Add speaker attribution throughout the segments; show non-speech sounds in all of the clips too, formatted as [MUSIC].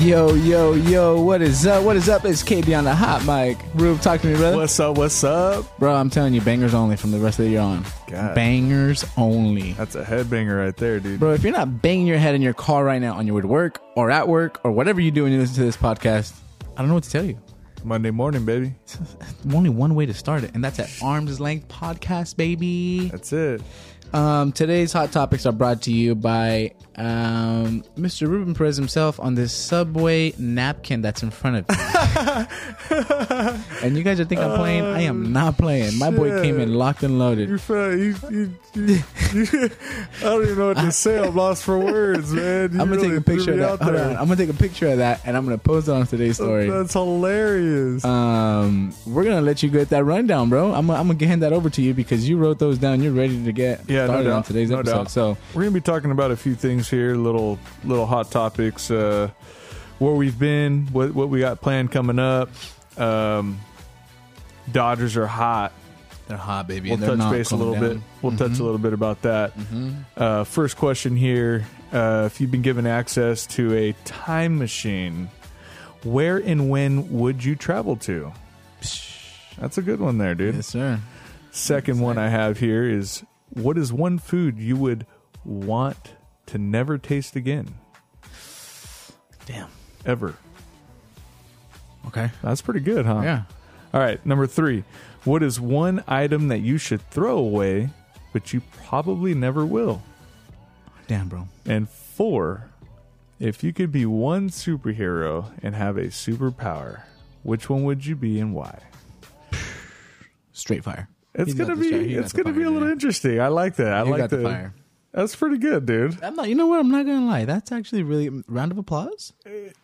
Speaker 1: Yo, yo, yo, what is up? What is up? It's KB on the hot mic. Rube, talk to me, brother.
Speaker 2: What's up? What's up?
Speaker 1: Bro, I'm telling you, bangers only from the rest of the year on.
Speaker 2: God.
Speaker 1: Bangers only.
Speaker 2: That's a headbanger right there, dude.
Speaker 1: Bro, if you're not banging your head in your car right now on your way to work or at work or whatever you do when you listen to this podcast, I don't know what to tell you.
Speaker 2: Monday morning, baby.
Speaker 1: Only one way to start it, and that's at Arm's Length Podcast, baby.
Speaker 2: That's it.
Speaker 1: Um, today's hot topics are brought to you by um, Mr. Ruben Perez himself on this subway napkin that's in front of you.
Speaker 2: [LAUGHS]
Speaker 1: and you guys are thinking I'm playing. I am not playing. My boy came in locked and
Speaker 2: You
Speaker 1: loaded.
Speaker 2: feel you, you, you, you- [LAUGHS] I don't even know what to say. I'm lost for words, man. You
Speaker 1: I'm gonna
Speaker 2: really
Speaker 1: take a
Speaker 2: threw
Speaker 1: picture of
Speaker 2: me
Speaker 1: that.
Speaker 2: out
Speaker 1: Hold
Speaker 2: there.
Speaker 1: on. I'm gonna take a picture of that, and I'm gonna post it on today's story.
Speaker 2: That's hilarious.
Speaker 1: Um, we're gonna let you get that rundown, bro. I'm, gonna- I'm gonna hand that over to you because you wrote those down. You're ready to get
Speaker 2: Yeah, no
Speaker 1: started on
Speaker 2: doubt.
Speaker 1: today's
Speaker 2: No
Speaker 1: episode.
Speaker 2: doubt.
Speaker 1: So
Speaker 2: We're gonna be talking about a few things here, little little hot topics, uh, where we've been, what what we got planned coming up. Um, Dodgers are hot.
Speaker 1: they're hot, baby.
Speaker 2: We'll touch base a little bit. We'll
Speaker 1: Mm-hmm.
Speaker 2: touch a little bit about that. Uh, first question here: uh, If you've been given access to a time machine, where and when would you travel to? That's a good one, there, dude.
Speaker 1: Yes, sir.
Speaker 2: Second one I have here is: What is one food you would want to never taste again,
Speaker 1: Damn.
Speaker 2: ever?
Speaker 1: Okay.
Speaker 2: That's pretty good, huh?
Speaker 1: Yeah.
Speaker 2: All right, number three. What is one item that you should throw away, but you probably never will?
Speaker 1: Damn, bro.
Speaker 2: And four, if you could be one superhero and have a superpower, which one would you be and why?
Speaker 1: Straight fire.
Speaker 2: It's
Speaker 1: He's
Speaker 2: gonna
Speaker 1: got the
Speaker 2: be
Speaker 1: straight- he got
Speaker 2: it's
Speaker 1: the
Speaker 2: gonna be a
Speaker 1: fire,
Speaker 2: little
Speaker 1: man.
Speaker 2: interesting. I like that. I
Speaker 1: You
Speaker 2: like
Speaker 1: got the
Speaker 2: that.
Speaker 1: fire.
Speaker 2: That's pretty good, dude.
Speaker 1: I'm not. You know what? I'm not gonna lie. That's actually really round of applause.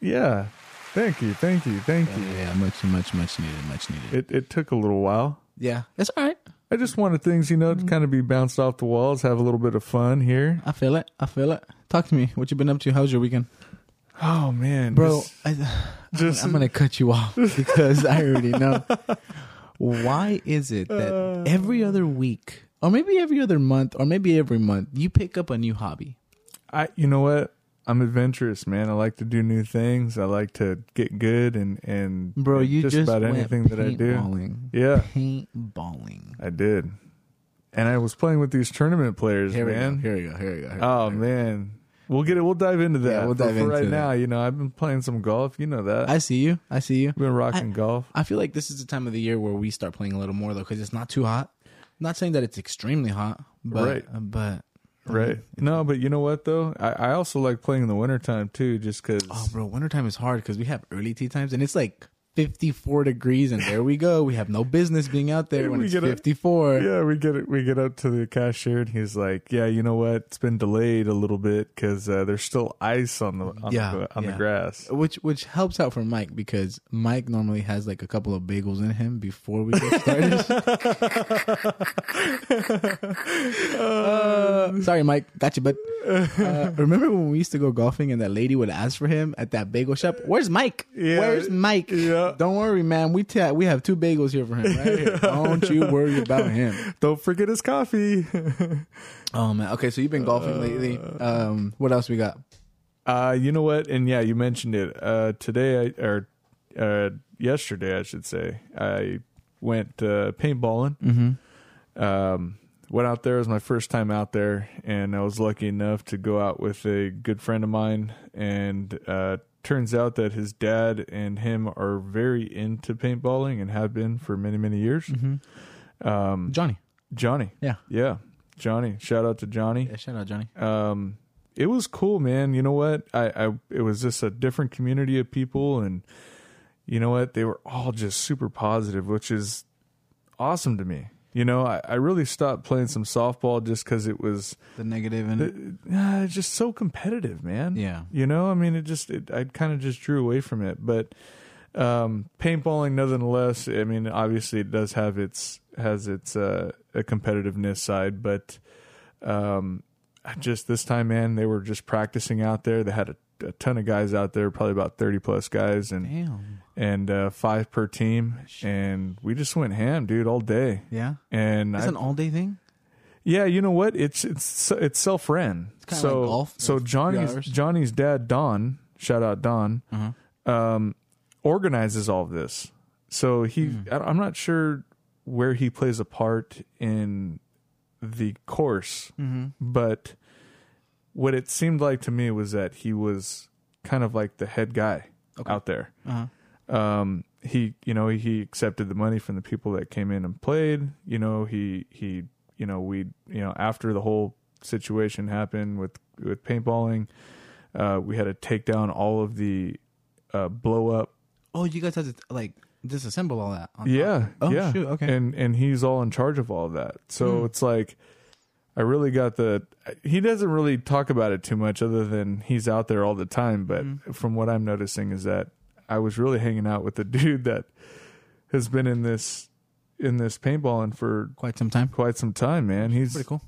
Speaker 2: Yeah. Thank you. Thank you. Thank you.
Speaker 1: Yeah, much, much, much needed. Much needed.
Speaker 2: It it took a little while.
Speaker 1: yeah, it's all right.
Speaker 2: I just wanted things, you know, to kind of be bounced off the walls, have a little bit of fun here.
Speaker 1: I feel it. I feel it. Talk to me. What you been up to? How's your weekend,
Speaker 2: Oh man,
Speaker 1: bro?
Speaker 2: Just,
Speaker 1: I,
Speaker 2: just-
Speaker 1: I'm gonna cut you [LAUGHS] off because I already [LAUGHS] know. Why is it that every other week, or maybe every other month, or maybe every month, you pick up a new hobby?
Speaker 2: I you know what? I'm adventurous, man. I like to do new things. I like to get good and and
Speaker 1: Bro, you just,
Speaker 2: about
Speaker 1: went
Speaker 2: anything that I do.
Speaker 1: paintballing.
Speaker 2: Yeah,
Speaker 1: Paintballing.
Speaker 2: I did. And I was playing with these tournament players,
Speaker 1: Here we go.
Speaker 2: man.
Speaker 1: Here we go. Here we go. Here we go.
Speaker 2: Oh man. We'll get it. We'll dive into that.
Speaker 1: we'll
Speaker 2: But
Speaker 1: dive
Speaker 2: for
Speaker 1: into
Speaker 2: right
Speaker 1: that.
Speaker 2: now, you know, I've been playing some golf, you know that.
Speaker 1: I see you. I see you.
Speaker 2: I've been rocking golf.
Speaker 1: I feel like this is the time of the year where we start playing a little more though, because it's not too hot. not saying that it's extremely hot, but
Speaker 2: Right.
Speaker 1: but
Speaker 2: Right. No, but you know what though? I, I also like playing in the wintertime too, just because
Speaker 1: oh, bro, wintertime is hard because we have early tea times and it's like 54 degrees, and there we go. We have no business being out there when
Speaker 2: [LAUGHS] We
Speaker 1: it's
Speaker 2: get a-
Speaker 1: 54.
Speaker 2: Yeah, we get it. We get up to the cashier, and he's like, "Yeah, you know what? It's been delayed a little bit because uh, there's still ice on the on,
Speaker 1: Yeah,
Speaker 2: the, on
Speaker 1: yeah.
Speaker 2: the grass."
Speaker 1: Which which helps out for Mike because Mike normally has like a couple of bagels in him before we get
Speaker 2: [LAUGHS]
Speaker 1: started. Uh, sorry, Mike, got you. But uh, remember when we used to go golfing and that lady would ask for him at that bagel shop? Where's Mike?
Speaker 2: Yeah.
Speaker 1: Where's Mike?
Speaker 2: Yeah.
Speaker 1: Don't worry, man. We ta- we have two bagels here for him.
Speaker 2: [LAUGHS]
Speaker 1: Right here. Don't you worry about him.
Speaker 2: Don't forget his coffee.
Speaker 1: Oh man. Okay, so you've been golfing lately. Um, what else we got?
Speaker 2: uh, you know what? And yeah, you mentioned it uh, today I, or uh, yesterday, I should say. I went uh, paintballing. Mm-hmm. Um, went out there. It was my first time out there, and I was lucky enough to go out with a good friend of mine. And uh, turns out that his dad and him are very into paintballing and have been for many, many years. Um,
Speaker 1: Johnny.
Speaker 2: Johnny,
Speaker 1: Yeah.
Speaker 2: yeah, Johnny. Shout out to Johnny
Speaker 1: Yeah. Shout out Johnny.
Speaker 2: um it was cool man you know what i i it was just a different community of people and you know what they were all just super positive which is awesome to me you know i, I really stopped playing some softball just because it was
Speaker 1: The negative and
Speaker 2: uh, it's just so competitive man
Speaker 1: Yeah.
Speaker 2: you know i mean it just it, i kind of just drew away from it but um paintballing nonetheless i mean obviously it does have its has its uh a competitiveness side but um I just this time man they were just practicing out there they had a, a ton of guys out there probably about 30 plus guys and
Speaker 1: Damn.
Speaker 2: and uh five per team and we just went ham dude all day
Speaker 1: Yeah.
Speaker 2: and
Speaker 1: It's
Speaker 2: I,
Speaker 1: an all day thing.
Speaker 2: yeah, you know what? It's it's it's self ran.
Speaker 1: kinda
Speaker 2: so
Speaker 1: like golf.
Speaker 2: so
Speaker 1: It's three
Speaker 2: Johnny's
Speaker 1: hours.
Speaker 2: Johnny's dad Don. shout out Don,
Speaker 1: Uh-huh.
Speaker 2: um, organizes all of this. So he,
Speaker 1: Hmm.
Speaker 2: I, I'm not sure where he plays a part in the course,
Speaker 1: Mm-hmm.
Speaker 2: but what it seemed like to me was that he was kind of like the head guy out there. Um, he, you know, he accepted the money from the people that came in and played. You know, he, he, you know, we, you know, after the whole situation happened with with paintballing, uh, we had to take down all of the uh, blow up
Speaker 1: Oh, you guys had to like disassemble all that. on-
Speaker 2: yeah.
Speaker 1: Oh
Speaker 2: yeah.
Speaker 1: shoot. Okay. Hmm.
Speaker 2: And and he's all in charge of all of that. So it's like I really got the he doesn't really talk about it too much other than he's out there all the time, but
Speaker 1: Hmm.
Speaker 2: from what I'm noticing is that I was really hanging out with the [LAUGHS] dude that has been in this in this paintballing for
Speaker 1: Quite some time.
Speaker 2: quite some time, man. He's
Speaker 1: Pretty cool.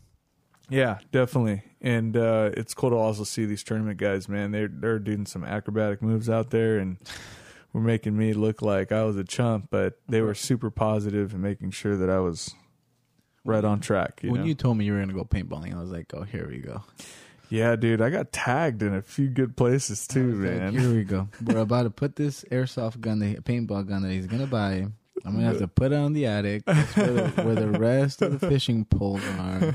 Speaker 2: yeah, definitely. And uh, it's cool to also see these tournament guys, man. They're they're doing some acrobatic moves out there and were making me look like I was a chump, but they were super positive and making sure that I was right on track. You
Speaker 1: when
Speaker 2: know?
Speaker 1: you told me you were gonna go paintballing, I was like, oh, here we go.
Speaker 2: yeah, dude, I got tagged in a few good places too,
Speaker 1: I was like,
Speaker 2: man.
Speaker 1: here
Speaker 2: [LAUGHS]
Speaker 1: we go. We're about to put this airsoft gun, the paintball gun that he's gonna buy. I'm gonna have to put it on the attic. That's where the, where the rest of the fishing poles
Speaker 2: [LAUGHS]
Speaker 1: are.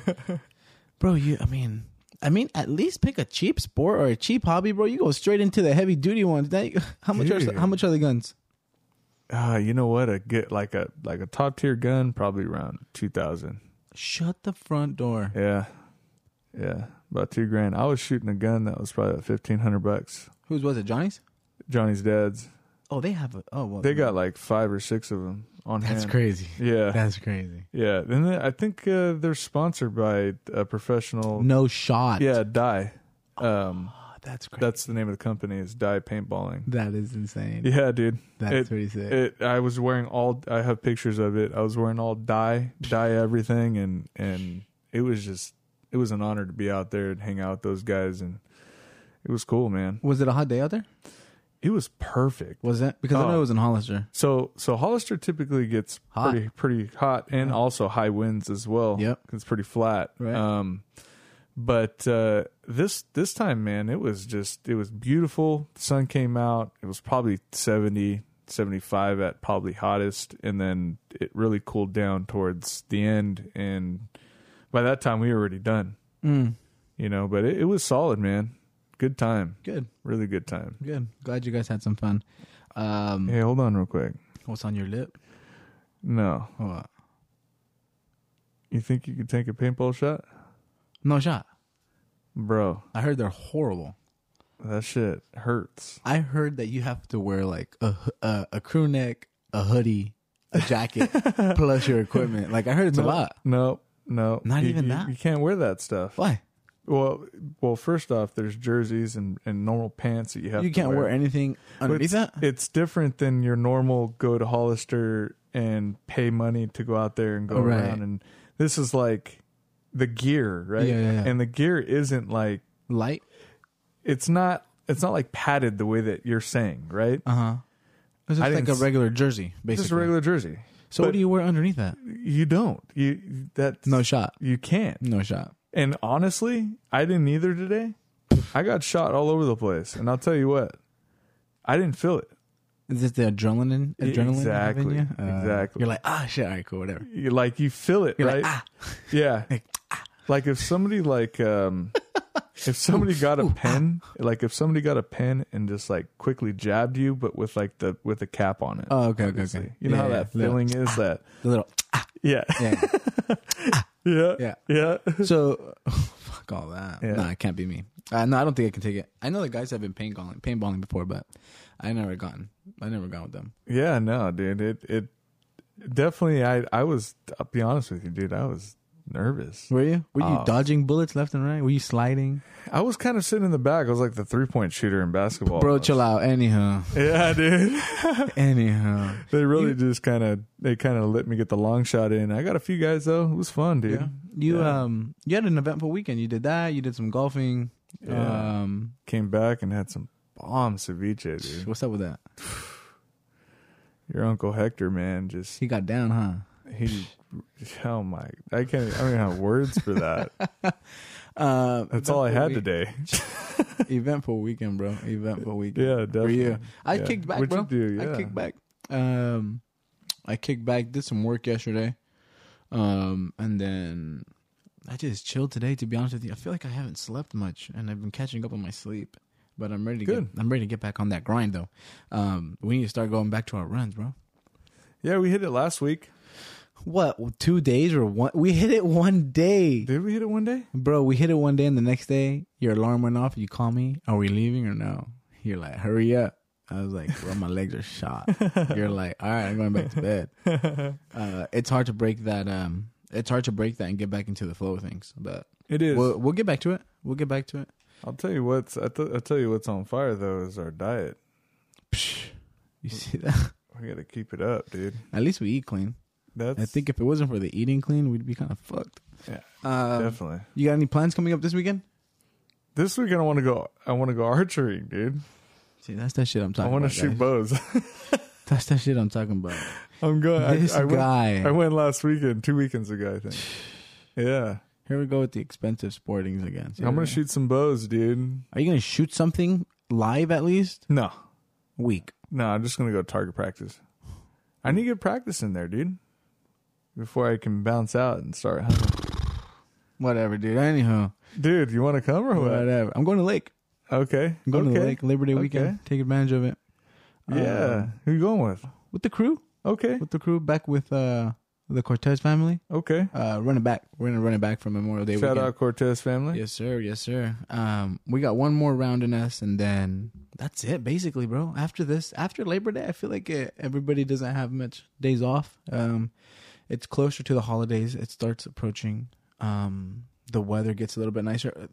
Speaker 1: Bro, you. I mean, I mean, at least pick a cheap sport or a cheap hobby, bro. You go straight into the heavy duty ones. Now you- [LAUGHS] how much
Speaker 2: Dude.
Speaker 1: are how much are the guns?
Speaker 2: Ah, you know what? A get like a like a top tier gun, probably around two thousand.
Speaker 1: Shut the front door.
Speaker 2: Yeah, yeah, about two grand. I was shooting a gun that was probably fifteen hundred bucks.
Speaker 1: Whose was it? Johnny's.
Speaker 2: Johnny's dad's.
Speaker 1: Oh, they have a. Oh, well,
Speaker 2: They got like five or six of them on
Speaker 1: That's
Speaker 2: hand.
Speaker 1: crazy.
Speaker 2: Yeah,
Speaker 1: That's crazy.
Speaker 2: yeah. And then I think uh, they're sponsored by a professional.
Speaker 1: No shot.
Speaker 2: Yeah, Die. Um,
Speaker 1: Oh, that's crazy.
Speaker 2: that's the name of the company is Die Paintballing.
Speaker 1: that is insane.
Speaker 2: Yeah, dude.
Speaker 1: That's
Speaker 2: it,
Speaker 1: pretty sick.
Speaker 2: It, I was wearing all. I have pictures of it. I was wearing all dye, dye everything, and and it was just. It was an honor to be out there and hang out with those guys, and it was cool, man.
Speaker 1: was it a hot day out there?
Speaker 2: It was perfect.
Speaker 1: Was it? Because I know
Speaker 2: Oh.
Speaker 1: it was in Hollister.
Speaker 2: So so Hollister typically gets
Speaker 1: Hot.
Speaker 2: pretty pretty hot and also high winds as well.
Speaker 1: Yep.
Speaker 2: 'cause it's pretty flat.
Speaker 1: Right.
Speaker 2: Um, but uh, this this time, man, it was just it was beautiful. The sun came out. It was probably 70, 75 at probably hottest, and then it really cooled down towards the end. And by that time, we were already done.
Speaker 1: Mm.
Speaker 2: You know, but it, it was solid, man. Good time,
Speaker 1: Good,
Speaker 2: really good time.
Speaker 1: good. Glad you guys had some fun. Um,
Speaker 2: Hey, hold on real quick.
Speaker 1: What's on your lip?
Speaker 2: No,
Speaker 1: What?
Speaker 2: you think you could take a paintball shot,
Speaker 1: No shot.
Speaker 2: bro?
Speaker 1: I heard they're horrible.
Speaker 2: That shit hurts.
Speaker 1: I heard that you have to wear like a h- a, a crew neck, a hoodie, a jacket,
Speaker 2: [LAUGHS]
Speaker 1: plus your equipment. Like I heard it's a lot.
Speaker 2: No, no,
Speaker 1: Not
Speaker 2: You-
Speaker 1: even
Speaker 2: you-
Speaker 1: that?
Speaker 2: You can't wear that stuff.
Speaker 1: Why?
Speaker 2: Well, well, first off, there's jerseys and, and normal pants that you have.
Speaker 1: You
Speaker 2: to
Speaker 1: can't wear
Speaker 2: wear
Speaker 1: anything
Speaker 2: But
Speaker 1: underneath
Speaker 2: it's,
Speaker 1: that.
Speaker 2: It's different than your normal go to Hollister and pay money to go out there and go
Speaker 1: Oh, right.
Speaker 2: around. And this is like the gear, right?
Speaker 1: Yeah, yeah, yeah.
Speaker 2: And the gear isn't like
Speaker 1: Light.
Speaker 2: it's not it's not like padded the way that you're saying, right?
Speaker 1: Uh huh. It's
Speaker 2: I
Speaker 1: just
Speaker 2: didn't
Speaker 1: like a
Speaker 2: s-
Speaker 1: regular jersey,
Speaker 2: It's
Speaker 1: basically.
Speaker 2: just a regular jersey.
Speaker 1: so
Speaker 2: but-
Speaker 1: what do you wear underneath that?
Speaker 2: You don't. You that
Speaker 1: No shot.
Speaker 2: You can't.
Speaker 1: No shot.
Speaker 2: And honestly, I didn't either today. I got shot all over the place, and I'll tell you what, I didn't feel it.
Speaker 1: Is this the adrenaline?
Speaker 2: Yeah,
Speaker 1: Adrenaline
Speaker 2: exactly,
Speaker 1: having you? Uh,
Speaker 2: exactly.
Speaker 1: You're like ah shit. All right, cool, whatever.
Speaker 2: You, like you feel it,
Speaker 1: You're
Speaker 2: right?
Speaker 1: like ah.
Speaker 2: Yeah. Like if somebody like um,
Speaker 1: [LAUGHS]
Speaker 2: if somebody got
Speaker 1: ah.
Speaker 2: a pen, like if somebody got a pen and just like quickly jabbed you, but with like the with a cap on it.
Speaker 1: Oh, okay, okay,
Speaker 2: obviously.
Speaker 1: okay.
Speaker 2: You know
Speaker 1: Yeah,
Speaker 2: how
Speaker 1: yeah,
Speaker 2: that
Speaker 1: yeah.
Speaker 2: feeling is that.
Speaker 1: The little.
Speaker 2: [LAUGHS] Yeah.
Speaker 1: Yeah. Ah.
Speaker 2: Yeah.
Speaker 1: Yeah.
Speaker 2: Yeah.
Speaker 1: So, [LAUGHS] fuck all that.
Speaker 2: Yeah.
Speaker 1: No, it can't be me. Uh, no, I don't think I can take it. I know the guys have been paintballing, paintballing before, but I never gotten. I never gone with them.
Speaker 2: Yeah, no, dude. It it definitely I I was I'll be honest with you, dude. I was nervous.
Speaker 1: Were you? Were you
Speaker 2: Oh.
Speaker 1: dodging bullets left and right? Were you sliding?
Speaker 2: I was kind of sitting in the back. I was like the three point shooter in basketball.
Speaker 1: Bro, chill out. [LAUGHS] Anyhow,
Speaker 2: Yeah, dude.
Speaker 1: anyhow.
Speaker 2: they really just kind of they kind of let me get the long shot in. I got a few guys though. It was fun, dude.
Speaker 1: You
Speaker 2: Yeah.
Speaker 1: um, you had an eventful weekend. You did that. You did some golfing.
Speaker 2: Yeah.
Speaker 1: Um,
Speaker 2: Came back and had some bomb ceviche, dude.
Speaker 1: what's up with that?
Speaker 2: Your uncle Hector, man, just
Speaker 1: He got down, huh? [LAUGHS]
Speaker 2: [LAUGHS] he. Oh my! I can't. I don't even have words for that.
Speaker 1: Um,
Speaker 2: That's all
Speaker 1: eventful
Speaker 2: I had
Speaker 1: week-
Speaker 2: today.
Speaker 1: Eventful weekend, bro. Eventful weekend.
Speaker 2: Yeah, definitely.
Speaker 1: For you. I
Speaker 2: Yeah.
Speaker 1: kicked back,
Speaker 2: What'd
Speaker 1: bro.
Speaker 2: you do?
Speaker 1: I
Speaker 2: Yeah.
Speaker 1: kicked back. Um, I kicked back. Did some work yesterday. Um, and then I just chilled today. To be honest with you, I feel like I haven't slept much, and I've been catching up on my sleep. But I'm ready to
Speaker 2: Good.
Speaker 1: get. I'm ready to get back on that grind, though. Um, we need to start going back to our runs, bro.
Speaker 2: Yeah, we hit it last week.
Speaker 1: What two days or one? We hit it one day,
Speaker 2: Did we hit it one day?
Speaker 1: bro. We hit it one day, and the next day your alarm went off. You call me. Are we leaving or no? You're like, hurry up. I was like, bro, my legs are shot.
Speaker 2: [LAUGHS]
Speaker 1: You're like, all right, I'm going back to bed. Uh, it's hard to break that. Um, it's hard to break that and get back into the flow of things. But
Speaker 2: It is.
Speaker 1: we'll we'll get back to it. We'll get back to it.
Speaker 2: I'll tell you what's. I th- I'll tell you what's on fire though is our diet.
Speaker 1: Psh, you see that? [LAUGHS]
Speaker 2: We got to keep it up, dude.
Speaker 1: At least we eat clean.
Speaker 2: That's
Speaker 1: I think if it wasn't for the eating clean, we'd be kind of fucked.
Speaker 2: Yeah,
Speaker 1: Um,
Speaker 2: definitely.
Speaker 1: you got any plans coming up this weekend?
Speaker 2: This weekend I want to go. I want to go archery, dude.
Speaker 1: See, that's that shit I'm
Speaker 2: I
Speaker 1: talking.
Speaker 2: want to
Speaker 1: about, guys.
Speaker 2: shoot bows. [LAUGHS]
Speaker 1: That's that shit I'm talking about.
Speaker 2: I'm going. [LAUGHS] I-
Speaker 1: this
Speaker 2: I, went,
Speaker 1: guy.
Speaker 2: I went last weekend, two weekends ago, I
Speaker 1: [SIGHS]
Speaker 2: think. Yeah,
Speaker 1: Here we go with the expensive sportings again.
Speaker 2: I'm gonna shoot some bows, dude.
Speaker 1: Are you gonna shoot something live at least?
Speaker 2: No,
Speaker 1: Week.
Speaker 2: no, I'm just gonna go target practice. I need to get practice in there, dude, before I can bounce out and start hunting.
Speaker 1: Whatever, dude. Anyhow,
Speaker 2: Dude, you want to come or what?
Speaker 1: whatever. I'm going to Lake.
Speaker 2: Okay,
Speaker 1: I'm going
Speaker 2: okay.
Speaker 1: to the Lake Liberty
Speaker 2: Okay.
Speaker 1: weekend. Take advantage of it.
Speaker 2: Yeah,
Speaker 1: Um,
Speaker 2: who you going with?
Speaker 1: with the crew.
Speaker 2: Okay,
Speaker 1: With the crew. Back with uh the Cortez family.
Speaker 2: okay.
Speaker 1: Uh, running back. We're gonna run it back from Memorial Day
Speaker 2: Shout
Speaker 1: weekend.
Speaker 2: out Cortez family.
Speaker 1: Yes, sir. Yes, sir. Um, we got one more round in us, and then that's it, basically, bro. After this, after Labor Day, I feel like uh everybody doesn't have much days off. Um, it's closer to the holidays. It starts approaching. Um, the weather gets a little bit nicer.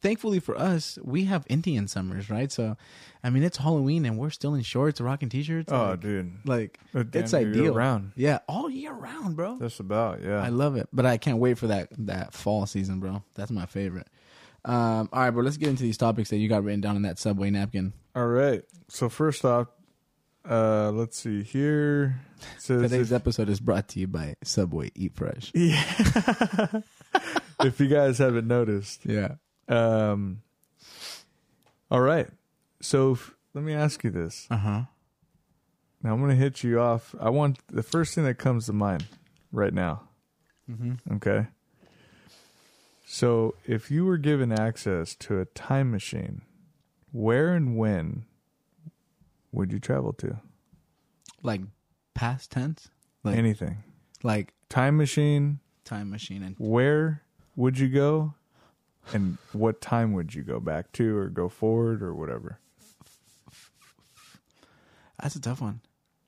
Speaker 1: Thankfully for us, we have Indian summers, right? So, I mean, it's Halloween, and we're still in shorts, rocking t-shirts.
Speaker 2: Oh,
Speaker 1: like,
Speaker 2: dude,
Speaker 1: like
Speaker 2: Uh, damn
Speaker 1: it's
Speaker 2: near year
Speaker 1: ideal.
Speaker 2: round.
Speaker 1: Yeah, all year round, bro.
Speaker 2: That's about yeah.
Speaker 1: I love it, but I can't wait for that that fall season, bro. That's my favorite. Um, all right, bro. Let's get into these topics that you got written down in that subway napkin.
Speaker 2: All right. So first off, uh, let's see here. It says
Speaker 1: Today's
Speaker 2: if,
Speaker 1: episode is brought to you by Subway Eat Fresh.
Speaker 2: yeah. if you guys haven't noticed,
Speaker 1: Yeah.
Speaker 2: um, all right. So f- let me ask you this.
Speaker 1: Uh huh.
Speaker 2: Now I'm gonna hit you off. I want the first thing that comes to mind right now.
Speaker 1: Mm-hmm.
Speaker 2: Okay. So if you were given access to a time machine, where and when would you travel to?
Speaker 1: Like past tense, Like-
Speaker 2: Anything.
Speaker 1: like
Speaker 2: Time machine,
Speaker 1: time machine, and
Speaker 2: where would you go and what time would you go back to or go forward or whatever
Speaker 1: that's a tough one.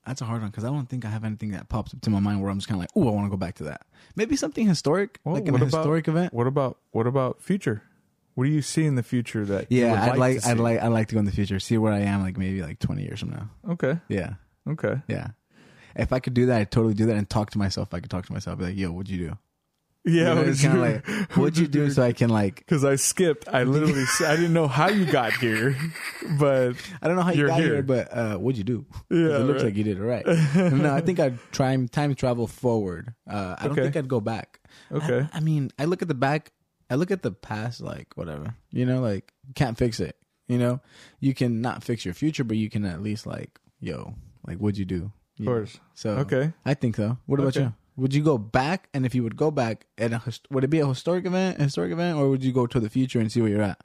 Speaker 1: That's a hard one because I don't think I have anything that pops up to my mind where I'm just kind of like, oh, I want to go back to that. Maybe something historic,
Speaker 2: Well,
Speaker 1: like an
Speaker 2: what about-
Speaker 1: historic event.
Speaker 2: what about what about future what do you see in the future that you would
Speaker 1: Yeah, I'd
Speaker 2: like
Speaker 1: like,
Speaker 2: to
Speaker 1: I'd
Speaker 2: see?
Speaker 1: like, I'd like to go in the future, see where I am, like maybe like 20 years from now.
Speaker 2: okay
Speaker 1: Yeah.
Speaker 2: okay
Speaker 1: Yeah. If I could do that, I'd totally do that and talk to myself. I could talk to myself, be like, yo, what'd you do?
Speaker 2: yeah
Speaker 1: You know, it's kinda
Speaker 2: [LAUGHS]
Speaker 1: like, what'd you do so I can like
Speaker 2: because i skipped i literally s- i didn't know how you got here [LAUGHS] but
Speaker 1: I don't know how you
Speaker 2: You're
Speaker 1: got here,
Speaker 2: here.
Speaker 1: but uh what'd you do? 'Cause
Speaker 2: Yeah,
Speaker 1: it looks
Speaker 2: right.
Speaker 1: like you did it
Speaker 2: [LAUGHS]
Speaker 1: right. no, I think I'd try and time travel forward. Uh I don't
Speaker 2: Okay.
Speaker 1: think I'd go back. I-
Speaker 2: Okay.
Speaker 1: I, mean, I look at the back I look at the past like whatever. You know, like can't fix it. You know? You can not fix your future, but you can at least like, yo, like what'd you do?
Speaker 2: of
Speaker 1: You know?
Speaker 2: course
Speaker 1: So
Speaker 2: okay
Speaker 1: I think so. What about
Speaker 2: Okay.
Speaker 1: you? Would you go back? And if you would go back, and a, hist- would it be a historic event, a historic event, or would you go to the future and see where you're at?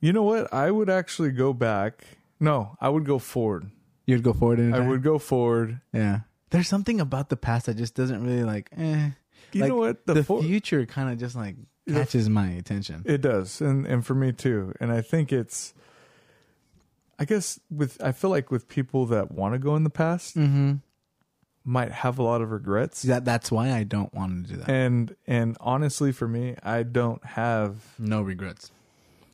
Speaker 2: you know what i would actually go back no i would go forward
Speaker 1: You'd go forward in
Speaker 2: i
Speaker 1: time?
Speaker 2: would go forward
Speaker 1: Yeah. There's something about the past that just doesn't really like. Eh.
Speaker 2: you
Speaker 1: Like,
Speaker 2: know what
Speaker 1: The,
Speaker 2: for-
Speaker 1: future kind of just like
Speaker 2: The-
Speaker 1: catches my attention.
Speaker 2: It does, and and for me too. And I think it's, I guess with I feel like with people that want to go in the past
Speaker 1: Mm-hmm.
Speaker 2: might have a lot of regrets.
Speaker 1: That that's why I don't want to do that.
Speaker 2: And and honestly, for me, I don't have
Speaker 1: no regrets.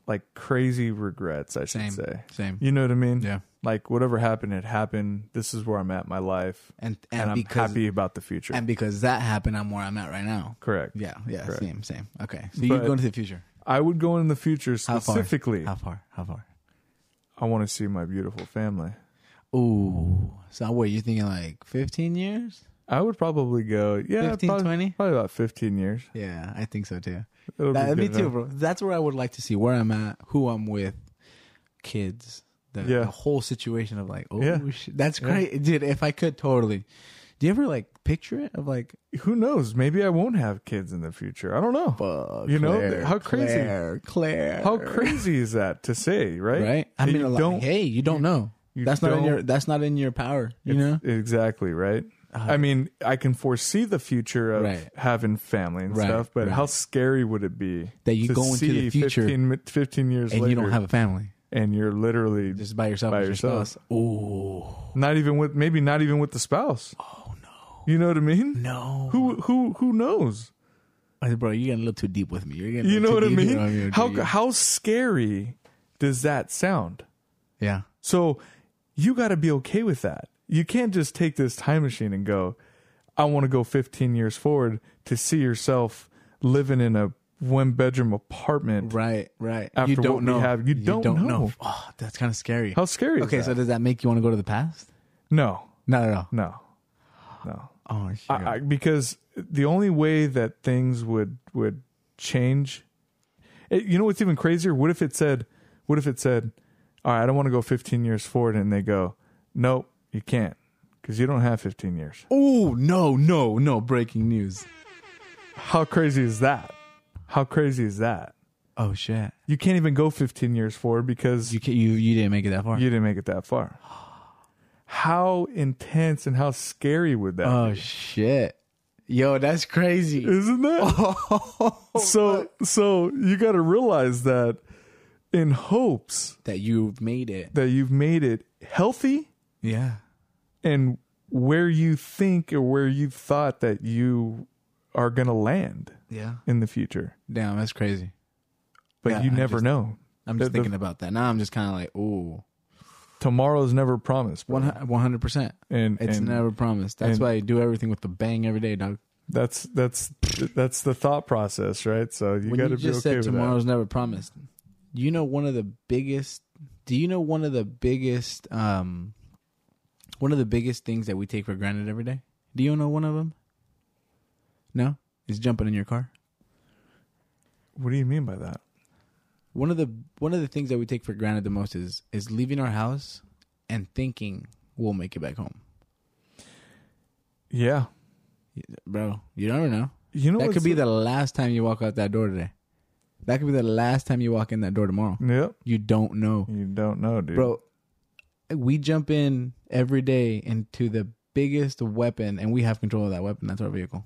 Speaker 2: like crazy regrets. I should
Speaker 1: Same.
Speaker 2: say.
Speaker 1: Same.
Speaker 2: You know what I mean?
Speaker 1: Yeah.
Speaker 2: Like whatever happened, it happened. This is where I'm at in my life,
Speaker 1: And and,
Speaker 2: and, I'm
Speaker 1: because
Speaker 2: happy about the future.
Speaker 1: and because that happened, I'm where I'm at right now.
Speaker 2: Correct.
Speaker 1: Yeah. Yeah.
Speaker 2: Correct.
Speaker 1: Same. Same. Okay. So you
Speaker 2: But-
Speaker 1: go into the future.
Speaker 2: I would go in the future
Speaker 1: How far?
Speaker 2: specifically.
Speaker 1: How far? How far?
Speaker 2: I want to see my beautiful family.
Speaker 1: Ooh. So what? You thinking like 15 years?
Speaker 2: I would probably go, yeah,
Speaker 1: 15,
Speaker 2: probably,
Speaker 1: 20?
Speaker 2: probably about 15 years.
Speaker 1: Yeah, I think so too.
Speaker 2: It'll be
Speaker 1: That- me
Speaker 2: good
Speaker 1: too,
Speaker 2: enough.
Speaker 1: bro. That's where I would like to see where I'm at, who I'm with, kids, the,
Speaker 2: Yeah.
Speaker 1: the whole situation of like, oh,
Speaker 2: Yeah.
Speaker 1: shit. that's
Speaker 2: Yeah.
Speaker 1: great, dude. If I could, totally. Do you ever like picture it of like,
Speaker 2: Who knows? Maybe I won't have kids in the future. I don't know.
Speaker 1: fuck,
Speaker 2: You know,
Speaker 1: Claire,
Speaker 2: how crazy-
Speaker 1: Claire, Claire,
Speaker 2: How crazy is that to say, right?
Speaker 1: right? I
Speaker 2: That
Speaker 1: mean,
Speaker 2: you
Speaker 1: a lot,
Speaker 2: don't-
Speaker 1: hey, you don't know.
Speaker 2: you
Speaker 1: that's not in
Speaker 2: don't-
Speaker 1: your. That's not in your power. You know. Uh,
Speaker 2: Exactly, right? I mean, I can foresee the future of
Speaker 1: Right.
Speaker 2: having family and
Speaker 1: Right,
Speaker 2: stuff, but
Speaker 1: right.
Speaker 2: how scary would it be
Speaker 1: That you
Speaker 2: to
Speaker 1: go into
Speaker 2: see
Speaker 1: the future
Speaker 2: 15, mi- 15 years
Speaker 1: And
Speaker 2: later
Speaker 1: you don't have a family,
Speaker 2: and you're literally
Speaker 1: just by yourself.
Speaker 2: By
Speaker 1: with
Speaker 2: yourself.
Speaker 1: Your spouse.
Speaker 2: not even with maybe not even with the spouse. Oh no. You know what I mean?
Speaker 1: Ooh, no,
Speaker 2: Who who who knows?
Speaker 1: Hey, bro, you're getting a little too deep with me. You're getting a
Speaker 2: You know
Speaker 1: little
Speaker 2: what I
Speaker 1: too deep.
Speaker 2: mean?
Speaker 1: You know what I
Speaker 2: How
Speaker 1: mean?
Speaker 2: how scary does that sound?
Speaker 1: yeah,
Speaker 2: So you got to be okay with that. You can't just take this time machine and go, I want to go 15 years forward to see yourself living in a one bedroom apartment.
Speaker 1: right, right.
Speaker 2: After
Speaker 1: you don't
Speaker 2: what we
Speaker 1: know.
Speaker 2: have, you don't know.
Speaker 1: Oh, that's kind of scary.
Speaker 2: How scary is
Speaker 1: okay,
Speaker 2: that?
Speaker 1: so does that make you want to go to the past?
Speaker 2: no,
Speaker 1: Not at all.
Speaker 2: no, no.
Speaker 1: Oh shit.
Speaker 2: I, I, because the only way that things would would change, Eh, you know what's even crazier? What if it said, what if it said, all right, I don't want to go 15 years forward, and they go, nope, you can't, because you don't have 15 years.
Speaker 1: oh no, no, no! Breaking news.
Speaker 2: How crazy is that? How crazy is that?
Speaker 1: Oh shit.
Speaker 2: You can't even go 15 years forward because
Speaker 1: You ca you you didn't make it that far.
Speaker 2: you didn't make it that far. How intense and how scary would that?
Speaker 1: oh shit. Yo, that's crazy. [LAUGHS]
Speaker 2: Isn't that?
Speaker 1: Oh
Speaker 2: so so you got to realize that in hopes
Speaker 1: that you've made it.
Speaker 2: that you've made it healthy
Speaker 1: Yeah.
Speaker 2: and where you think or where you thought that you are going to land
Speaker 1: Yeah.
Speaker 2: in the future.
Speaker 1: Damn, that's crazy.
Speaker 2: But
Speaker 1: Yeah,
Speaker 2: you
Speaker 1: I
Speaker 2: never
Speaker 1: just-
Speaker 2: know.
Speaker 1: I'm just
Speaker 2: The- the-
Speaker 1: thinking about that. Now I'm just kind of like, ooh,
Speaker 2: Tomorrow's never promised. bro.
Speaker 1: 100%.
Speaker 2: and
Speaker 1: It's
Speaker 2: and
Speaker 1: never promised. That's
Speaker 2: and-
Speaker 1: why I do everything with the bang every day, dog.
Speaker 2: that's that's that's the thought process, right? So you
Speaker 1: when
Speaker 2: got
Speaker 1: you
Speaker 2: to be okay
Speaker 1: just said
Speaker 2: with that.
Speaker 1: tomorrow's never promised you know one of the biggest do you know one of the biggest um one of the biggest things that we take for granted every day do you know one of them no is jumping in your car
Speaker 2: What do you mean by that?
Speaker 1: one of the one of the things that we take for granted the most is is leaving our house and thinking we'll make it back home
Speaker 2: Yeah,
Speaker 1: bro you never know
Speaker 2: you know
Speaker 1: that
Speaker 2: what's-
Speaker 1: could be the last time you walk out that door today that could be the last time you walk in that door tomorrow
Speaker 2: Yep,
Speaker 1: you don't know
Speaker 2: you don't know, dude.
Speaker 1: bro we jump in every day into the biggest weapon and we have control of that weapon that's our vehicle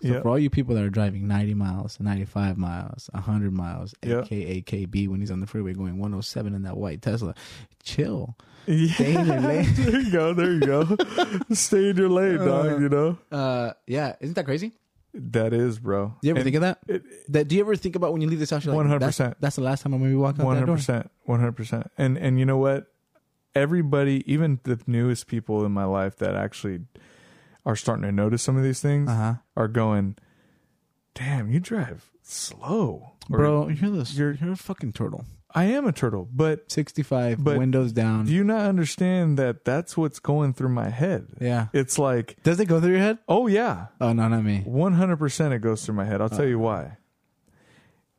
Speaker 1: so
Speaker 2: Yep.
Speaker 1: for all you people that are driving 90 miles 95 miles 100 miles
Speaker 2: Yeah.
Speaker 1: aka kb when he's on the freeway going 107 in that white tesla [LAUGHS] chill
Speaker 2: [LAUGHS] Yeah.
Speaker 1: stay in your lane.
Speaker 2: there you go. There you [LAUGHS] go. Stay in your lane, dog. You know
Speaker 1: uh yeah isn't that crazy
Speaker 2: that is, bro.
Speaker 1: do you ever
Speaker 2: And
Speaker 1: think of that
Speaker 2: it-
Speaker 1: that do you ever think about when you leave this house you're like
Speaker 2: 100%.
Speaker 1: that's, that's the last time i'm gonna be walking out
Speaker 2: One
Speaker 1: that
Speaker 2: hundred
Speaker 1: door
Speaker 2: percent, one hundred percent. And and you know what? Everybody, even the newest people in my life that actually are starting to notice some of these things,
Speaker 1: uh-huh
Speaker 2: are going, "Damn, you drive slow, Or,
Speaker 1: bro you're the you're, you're a fucking turtle
Speaker 2: I am a turtle, but
Speaker 1: 65
Speaker 2: But
Speaker 1: windows down
Speaker 2: do you not understand that that's what's going through my head?
Speaker 1: yeah
Speaker 2: It's like,
Speaker 1: does it go through your head
Speaker 2: oh yeah,
Speaker 1: oh no not me
Speaker 2: one hundred percent. It goes through my head. I'll
Speaker 1: Uh-huh.
Speaker 2: tell you why.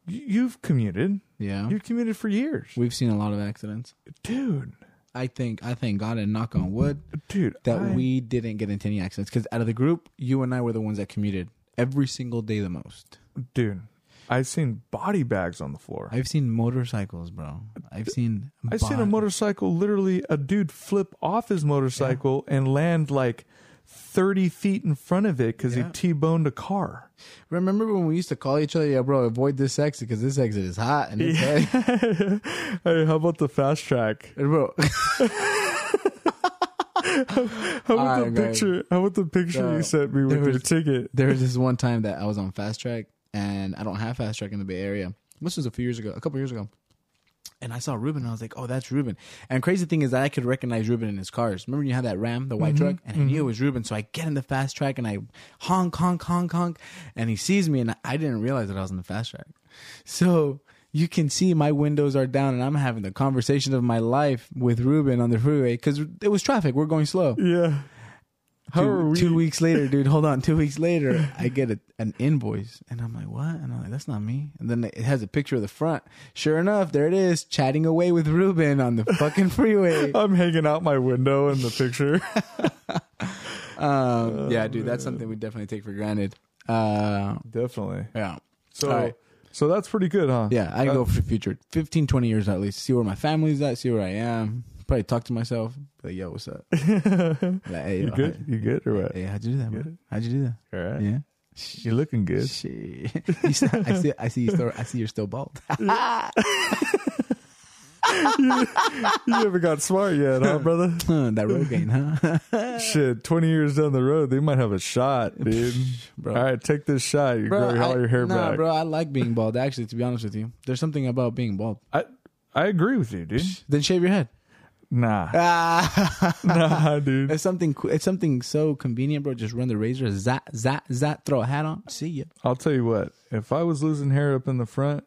Speaker 2: Y- You've commuted.
Speaker 1: yeah
Speaker 2: You've commuted for years,
Speaker 1: We've seen a lot of accidents.
Speaker 2: dude.
Speaker 1: I think I thank God and knock on wood
Speaker 2: Dude,
Speaker 1: that
Speaker 2: I-
Speaker 1: we didn't get into any accidents because out of the group, you and I were the ones that commuted every single day the most.
Speaker 2: dude. I've seen body bags on the floor.
Speaker 1: I've seen motorcycles, bro. I've seen.
Speaker 2: I've seen a
Speaker 1: bo-
Speaker 2: motorcycle, literally a dude flip off his motorcycle and land like 30 feet in front of it because
Speaker 1: Yeah.
Speaker 2: he T-boned a car.
Speaker 1: Remember when we used to call each other, yeah, bro, avoid this exit because this exit is hot and it's
Speaker 2: [LAUGHS] hey, how about the fast track?
Speaker 1: [LAUGHS] bro.
Speaker 2: [LAUGHS] How about
Speaker 1: All
Speaker 2: the
Speaker 1: right, guys.
Speaker 2: picture? How about the picture
Speaker 1: No,
Speaker 2: you sent me
Speaker 1: there
Speaker 2: with your
Speaker 1: was-
Speaker 2: ticket?
Speaker 1: there was this one time that I was on fast track and I don't have fast track in the Bay Area. This was a few years ago, a couple years ago. And I saw Ruben and I was like, oh, that's Ruben. And crazy thing is that I could recognize Ruben in his cars. Remember when you had that Ram, the white truck? And I knew it was Ruben. So I get in the fast track and I honk, honk, honk, honk. And he sees me and I didn't realize that I was in the fast track. So you can see my windows are down and I'm having the conversation of my life with Ruben on the freeway because it was traffic. We're going slow
Speaker 2: Yeah. How are
Speaker 1: two,
Speaker 2: we?
Speaker 1: two weeks later, dude. Hold on. Two weeks later, I get a, an invoice, and I'm like, "What?" And I'm like, "That's not me." And then it has a picture of the front. Sure enough, there it is, chatting away with Ruben on the
Speaker 2: [LAUGHS]
Speaker 1: fucking freeway.
Speaker 2: I'm hanging out my window in the
Speaker 1: [LAUGHS]
Speaker 2: picture. Oh,
Speaker 1: Um, yeah, dude, that's something we definitely take for granted. Uh,
Speaker 2: Definitely.
Speaker 1: yeah,
Speaker 2: So,
Speaker 1: All right.
Speaker 2: so that's pretty good, huh?
Speaker 1: yeah. I go for the future, 15, 20 years at least. See where my family's at. See where I am. Probably talk to myself. be Like, yo, what's
Speaker 2: [LAUGHS]
Speaker 1: up? Like, hey,
Speaker 2: You
Speaker 1: yo,
Speaker 2: good?
Speaker 1: how-
Speaker 2: You good or what?
Speaker 1: hey, how'd you do that,
Speaker 2: Good?
Speaker 1: man? How'd you do that?
Speaker 2: All right.
Speaker 1: Yeah.
Speaker 2: You're looking good.
Speaker 1: Shit. [LAUGHS] You still- I see. I see you still. I see you're still bald.
Speaker 2: [LAUGHS] You haven't got smart yet,
Speaker 1: [LAUGHS]
Speaker 2: huh, brother?
Speaker 1: Huh, that Rogaine, [LAUGHS] huh?
Speaker 2: Shit, 20 years down the road, they might have a
Speaker 1: [LAUGHS]
Speaker 2: shot, dude.
Speaker 1: bro.
Speaker 2: All right, take this shot. You grow all your hair
Speaker 1: nah,
Speaker 2: back.
Speaker 1: bro, I like being bald. Actually, to be honest with you, there's something about being bald.
Speaker 2: I, I agree with you, dude.
Speaker 1: Then shave your head.
Speaker 2: Nah.
Speaker 1: [LAUGHS] Ah,
Speaker 2: nah,
Speaker 1: [LAUGHS]
Speaker 2: dude.
Speaker 1: it's something. co- It's something so convenient, bro. Just run the razor, zat, zat, zat. Throw a hat on. See ya.
Speaker 2: I'll tell you what. If I was losing hair up in the front,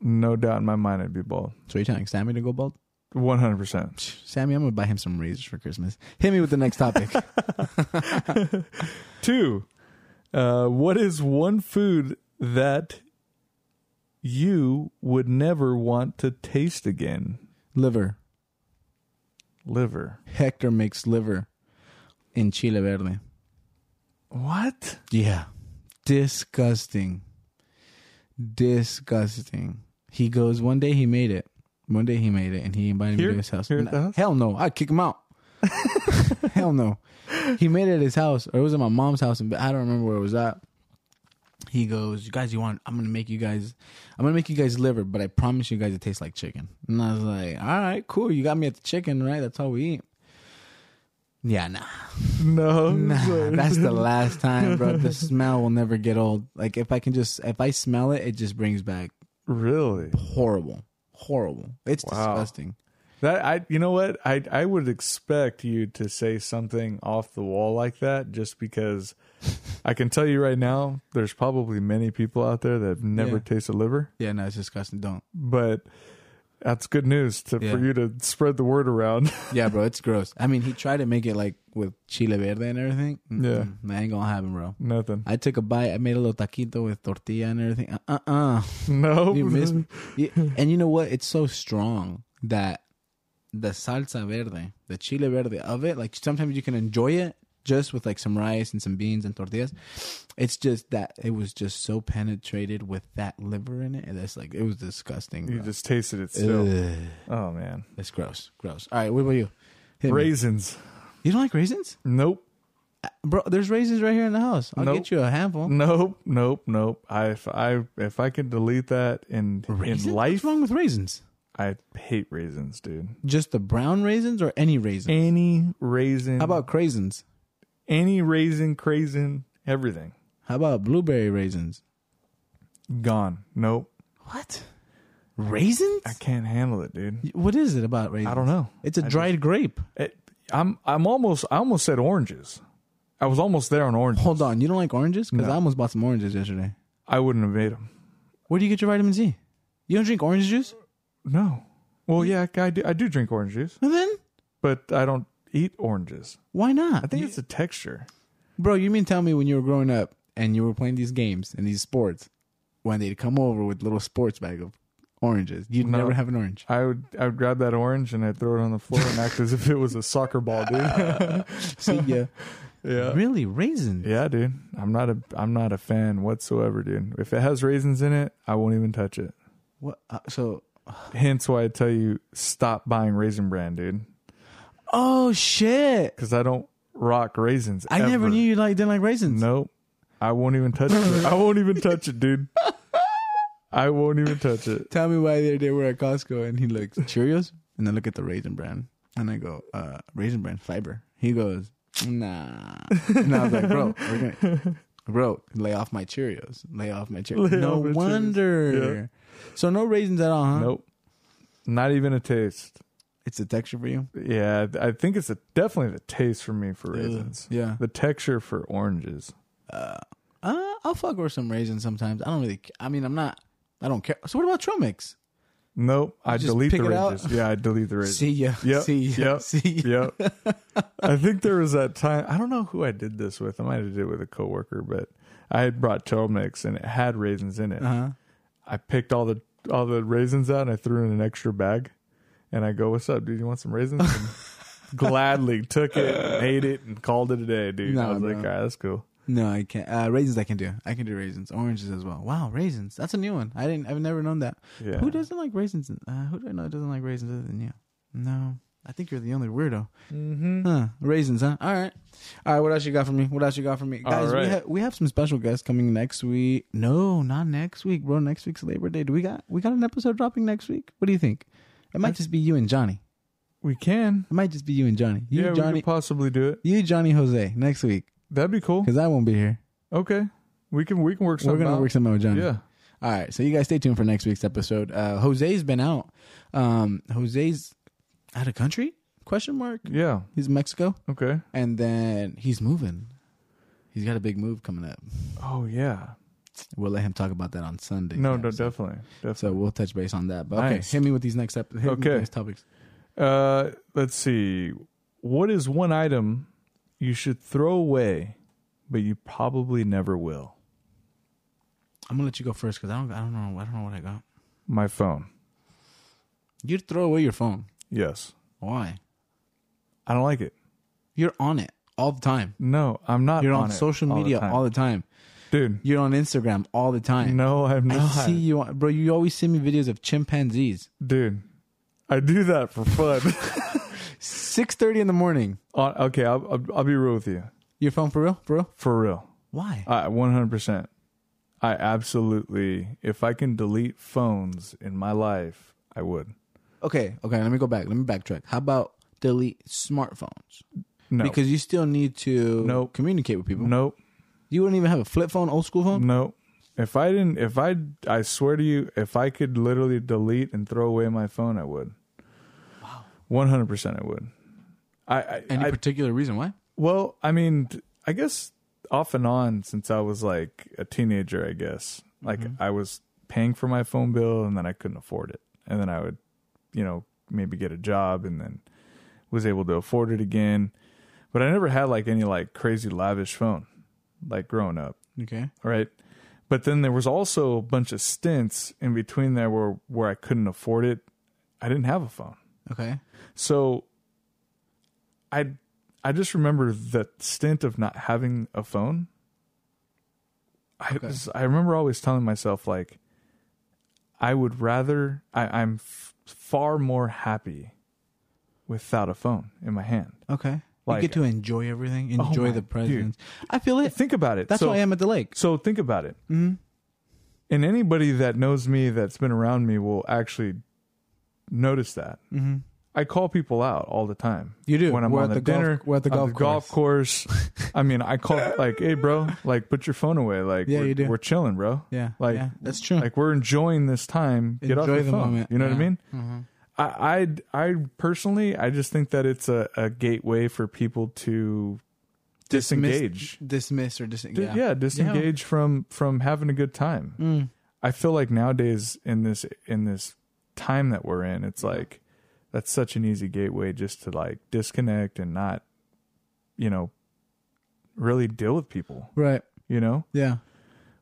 Speaker 2: no doubt in my mind I'd be bald.
Speaker 1: So you trying Sammy to go bald?
Speaker 2: 100%.
Speaker 1: Sammy, I'm gonna buy him some razors for Christmas. Hit me with the next [LAUGHS] topic.
Speaker 2: Two, uh, what is one food that you would never want to taste again?
Speaker 1: liver.
Speaker 2: Liver.
Speaker 1: Hector makes liver in chile verde.
Speaker 2: What?
Speaker 1: Yeah. Disgusting. Disgusting. He goes, one day he made it. One day he made it and he invited
Speaker 2: Here?
Speaker 1: me to his house.
Speaker 2: Here at
Speaker 1: Nah,
Speaker 2: the house?
Speaker 1: Hell no. I'd kick him
Speaker 2: [LAUGHS]
Speaker 1: out. hell no. He made it at his house, or it was at my mom's house, and I don't remember where it was at. He goes, You guys, you want, I'm going to make you guys, I'm going to make you guys liver, but I promise you guys it tastes like chicken. And I was like, All right, cool. You got me at the chicken, right? That's all we eat. Yeah, nah.
Speaker 2: No.
Speaker 1: Nah, that's the last time, bro.
Speaker 2: [LAUGHS]
Speaker 1: The smell will never get old. Like if I can just if I smell it, it just brings back
Speaker 2: Really?
Speaker 1: horrible, horrible. It's
Speaker 2: Wow.
Speaker 1: disgusting.
Speaker 2: That I you know what? I I would expect you to say something off the wall like that just because I can tell you right now there's probably many people out there that have never
Speaker 1: Yeah.
Speaker 2: tasted liver,
Speaker 1: Yeah, no, it's disgusting. Don't.
Speaker 2: but that's good news to,
Speaker 1: Yeah.
Speaker 2: for you to spread the word around. [LAUGHS]
Speaker 1: Yeah, bro, it's gross. I mean, he tried to make it like with chile verde and everything.
Speaker 2: Yeah.
Speaker 1: Mm-mm, that ain't gonna happen, bro.
Speaker 2: Nothing.
Speaker 1: I took a bite. I made a little taquito with tortilla and everything. Uh, uh, uh.
Speaker 2: No.
Speaker 1: You miss me. Yeah, And you know what? It's so strong that the salsa verde, the chile verde of it, like sometimes you can enjoy it just with like some rice and some beans and tortillas. It's just that it was just so penetrated with that liver in it. And it's like, it was disgusting.
Speaker 2: [LAUGHS] You
Speaker 1: bro.
Speaker 2: just tasted it still.
Speaker 1: Ugh.
Speaker 2: Oh man.
Speaker 1: it's gross. Gross. All right. What about you? Hit me.
Speaker 2: Raisins.
Speaker 1: You don't like raisins?
Speaker 2: Nope.
Speaker 1: Bro, there's raisins right here in the house. I'll
Speaker 2: Nope.
Speaker 1: get you a handful.
Speaker 2: Nope. Nope. Nope. I if I if I could delete that in
Speaker 1: Raisins?
Speaker 2: in
Speaker 1: What's
Speaker 2: life,
Speaker 1: wrong with raisins?
Speaker 2: I hate raisins, dude.
Speaker 1: Just the brown raisins or any raisin?
Speaker 2: Any raisin.
Speaker 1: How about craisins?
Speaker 2: any raisin, craisin, everything
Speaker 1: How about blueberry raisins?
Speaker 2: gone. Nope,
Speaker 1: What? Raisins?
Speaker 2: I can't handle it, dude.
Speaker 1: What is it about raisins?
Speaker 2: I don't know.
Speaker 1: It's a
Speaker 2: I
Speaker 1: dried grape.
Speaker 2: It, I'm I'm almost I almost said oranges. I was almost there on oranges.
Speaker 1: Hold on, you don't like oranges? Because
Speaker 2: No.
Speaker 1: I almost bought some oranges yesterday.
Speaker 2: I wouldn't have made them.
Speaker 1: Where do you get your vitamin C? You don't drink orange juice?
Speaker 2: No. Well, yeah, I do. I do drink orange juice,
Speaker 1: Well, then
Speaker 2: but I don't eat oranges.
Speaker 1: why not?
Speaker 2: I think it's the texture.
Speaker 1: Bro, you mean tell me when you were growing up and you were playing these games and these sports, when they'd come over with little sports bag of oranges, you'd
Speaker 2: No.
Speaker 1: never have an [LAUGHS] orange.
Speaker 2: I would I would grab that orange and I'd throw it on the floor and act as if it was a soccer ball, dude. [LAUGHS]
Speaker 1: See ya.
Speaker 2: yeah.
Speaker 1: Really, raisins?
Speaker 2: Yeah, dude. I'm not a I'm not a fan whatsoever, dude. If it has raisins in it, I won't even touch it.
Speaker 1: What? Uh, so,
Speaker 2: Hence why I tell you stop buying Raisin Bran, dude.
Speaker 1: oh shit!
Speaker 2: Because I don't rock raisins.
Speaker 1: I never
Speaker 2: ever.
Speaker 1: knew you like didn't like raisins.
Speaker 2: Nope. I won't even touch it. I won't even touch
Speaker 1: [LAUGHS]
Speaker 2: it, dude. I won't even touch it.
Speaker 1: tell me why the other day we're at Costco and he looks Cheerios, and I look at the Raisin Bran, and I go, uh, Raisin Bran fiber. He goes, Nah. And I was like, Bro, we're gonna, bro, lay off my Cheerios, lay off my Cheerios.
Speaker 2: Lay
Speaker 1: no
Speaker 2: off my Cheerios.
Speaker 1: wonder. So no raisins at all, huh?
Speaker 2: Nope. Not even a taste.
Speaker 1: It's the texture for you.
Speaker 2: Yeah, I think it's a, definitely the taste for me for raisins.
Speaker 1: Ugh, yeah.
Speaker 2: The texture for oranges.
Speaker 1: Uh, I'll fuck with some raisins sometimes. I don't really. ca- I mean, I'm not. I don't care. So what about trail mix?
Speaker 2: Nope. I
Speaker 1: just
Speaker 2: delete
Speaker 1: pick
Speaker 2: the
Speaker 1: it out?
Speaker 2: razors. Yeah, I
Speaker 1: [LAUGHS]
Speaker 2: delete the razors.
Speaker 1: See ya.
Speaker 2: Yep.
Speaker 1: See ya. [LAUGHS]
Speaker 2: Yep.
Speaker 1: See ya.
Speaker 2: Yep. I think there was that time. I don't know who I did this with. I might have did it with a coworker, but I had brought trail mix and it had raisins in it.
Speaker 1: Uh-huh.
Speaker 2: I picked all the all the raisins out and I threw in an extra bag. And I go, "What's up, dude? You want some raisins?" And
Speaker 1: [LAUGHS]
Speaker 2: gladly took it, and ate it, and called it a day, dude.
Speaker 1: No,
Speaker 2: I was
Speaker 1: no.
Speaker 2: like, "All right, that's cool."
Speaker 1: No, I can't. Uh, raisins, I can do. I can do raisins. Oranges as well. Wow, raisins. That's a new one. I didn't. I've never known that.
Speaker 2: Yeah.
Speaker 1: Who doesn't like raisins? Uh, who do I know doesn't like raisins other than you? No, I think you're the only weirdo.
Speaker 2: Mm-hmm.
Speaker 1: Huh? Raisins, huh? All right. All right. What else you got for me? What else you got for me,
Speaker 2: All
Speaker 1: guys? We,
Speaker 2: right.
Speaker 1: ha- we have some special guests coming next week. No, not next week, bro. Next week's Labor Day. Do we got we got an episode dropping next week? What do you think? It might just be you and Johnny.
Speaker 2: We can.
Speaker 1: It might just be you and Johnny. You,
Speaker 2: yeah, we
Speaker 1: Johnny.
Speaker 2: could possibly do it.
Speaker 1: you, Johnny, Jose next week
Speaker 2: That'd be cool.
Speaker 1: because I won't be here.
Speaker 2: Okay, we can we can work
Speaker 1: We're
Speaker 2: something
Speaker 1: gonna
Speaker 2: out.
Speaker 1: work something out with Johnny.
Speaker 2: yeah.
Speaker 1: All right, so you guys stay tuned for next week's episode. Uh, Jose's been out. Um, Jose's out of country? Question mark.
Speaker 2: Yeah.
Speaker 1: He's in Mexico,
Speaker 2: Okay.
Speaker 1: and then he's moving. He's got a big move coming up.
Speaker 2: Oh yeah.
Speaker 1: We'll let him talk about that on Sunday.
Speaker 2: No, no,
Speaker 1: episode.
Speaker 2: definitely, definitely.
Speaker 1: So we'll touch base on that. But okay,
Speaker 2: Nice.
Speaker 1: hit me with these next ep- hit me with
Speaker 2: Okay.
Speaker 1: these topics.
Speaker 2: Uh, let's see. What is one item you should throw away, but you probably never will?
Speaker 1: I'm gonna let you go first because I don't I don't know I don't know what I got.
Speaker 2: My phone.
Speaker 1: You throw away your phone.
Speaker 2: Yes.
Speaker 1: Why?
Speaker 2: I don't like it.
Speaker 1: You're on it all the time.
Speaker 2: No, I'm not.
Speaker 1: You're on,
Speaker 2: on, it
Speaker 1: social media
Speaker 2: all the,
Speaker 1: all the time.
Speaker 2: time.
Speaker 1: You're on Instagram all the
Speaker 2: dude.
Speaker 1: time.
Speaker 2: No, I'm not.
Speaker 1: I see you, on, bro. You always send me videos of chimpanzees.
Speaker 2: dude. I do that for fun. [LAUGHS]
Speaker 1: Six thirty in the morning.
Speaker 2: On- okay, I'll, I'll I'll be real with you.
Speaker 1: Your phone for real? For real? Uh,
Speaker 2: For real.
Speaker 1: Why?
Speaker 2: I 100%. I absolutely, if I can delete phones in my life, I would.
Speaker 1: Okay, okay. Let me go back. Let me backtrack. How about delete smartphones?
Speaker 2: No.
Speaker 1: Because you still need to
Speaker 2: No.
Speaker 1: communicate with people.
Speaker 2: nope.
Speaker 1: You wouldn't even have a flip phone, old school phone.
Speaker 2: Nope. If I didn't, if I, I swear to you, if I could literally delete and throw away my phone, I would. Wow. 100% I would. I, I,
Speaker 1: Any
Speaker 2: I
Speaker 1: particular reason why?
Speaker 2: well, I mean, t- I guess off and on since I was like a teenager, I guess. Like I was paying for my phone bill and then I couldn't afford it. And then I would, you know, maybe get a job and then was able to afford it again. But I never had like any like crazy lavish phone like growing up
Speaker 1: Okay.
Speaker 2: right? But then there was also a bunch of stints in between there where where I couldn't afford it. I didn't have a phone,
Speaker 1: Okay.
Speaker 2: so I I just remember that stint of not having a phone. I
Speaker 1: Okay.
Speaker 2: was- I remember always telling myself like, I would rather I, I'm f- far more happy without a phone in my hand.
Speaker 1: Okay.
Speaker 2: Like-
Speaker 1: you get to enjoy everything. Enjoy
Speaker 2: my
Speaker 1: the
Speaker 2: dude.
Speaker 1: presents. I feel it.
Speaker 2: Think about it.
Speaker 1: That's
Speaker 2: So-
Speaker 1: why I am at the lake.
Speaker 2: So think about it.
Speaker 1: Mhm.
Speaker 2: And anybody that knows me that's been around me will actually notice that.
Speaker 1: Mm-hmm.
Speaker 2: I call people out all the time.
Speaker 1: You do.
Speaker 2: When I'm
Speaker 1: We're
Speaker 2: on
Speaker 1: at
Speaker 2: the,
Speaker 1: the golf-
Speaker 2: dinner,
Speaker 1: we're at the
Speaker 2: on
Speaker 1: golf
Speaker 2: course. I mean, I
Speaker 1: [LAUGHS]
Speaker 2: call like, "Hey, bro, like, put your phone away. Like,
Speaker 1: Yeah,
Speaker 2: we're,
Speaker 1: you do.
Speaker 2: we're chilling, bro.
Speaker 1: Yeah.
Speaker 2: Like,
Speaker 1: yeah. that's true.
Speaker 2: Like, we're enjoying this time. Get off
Speaker 1: Enjoy
Speaker 2: your
Speaker 1: the
Speaker 2: phone.
Speaker 1: moment.
Speaker 2: You know what I
Speaker 1: Yeah.
Speaker 2: mean?
Speaker 1: Mm-hmm.
Speaker 2: I, I, I personally, I just think that it's a, a gateway for people to disengage.
Speaker 1: dismiss or dis-
Speaker 2: Di- yeah. disengage from from having a good time.
Speaker 1: Mm.
Speaker 2: I feel like nowadays in this in this time that we're in, it's like that's such an easy gateway just to like disconnect and not, you know, really deal with people.
Speaker 1: Right.
Speaker 2: You know,
Speaker 1: Yeah.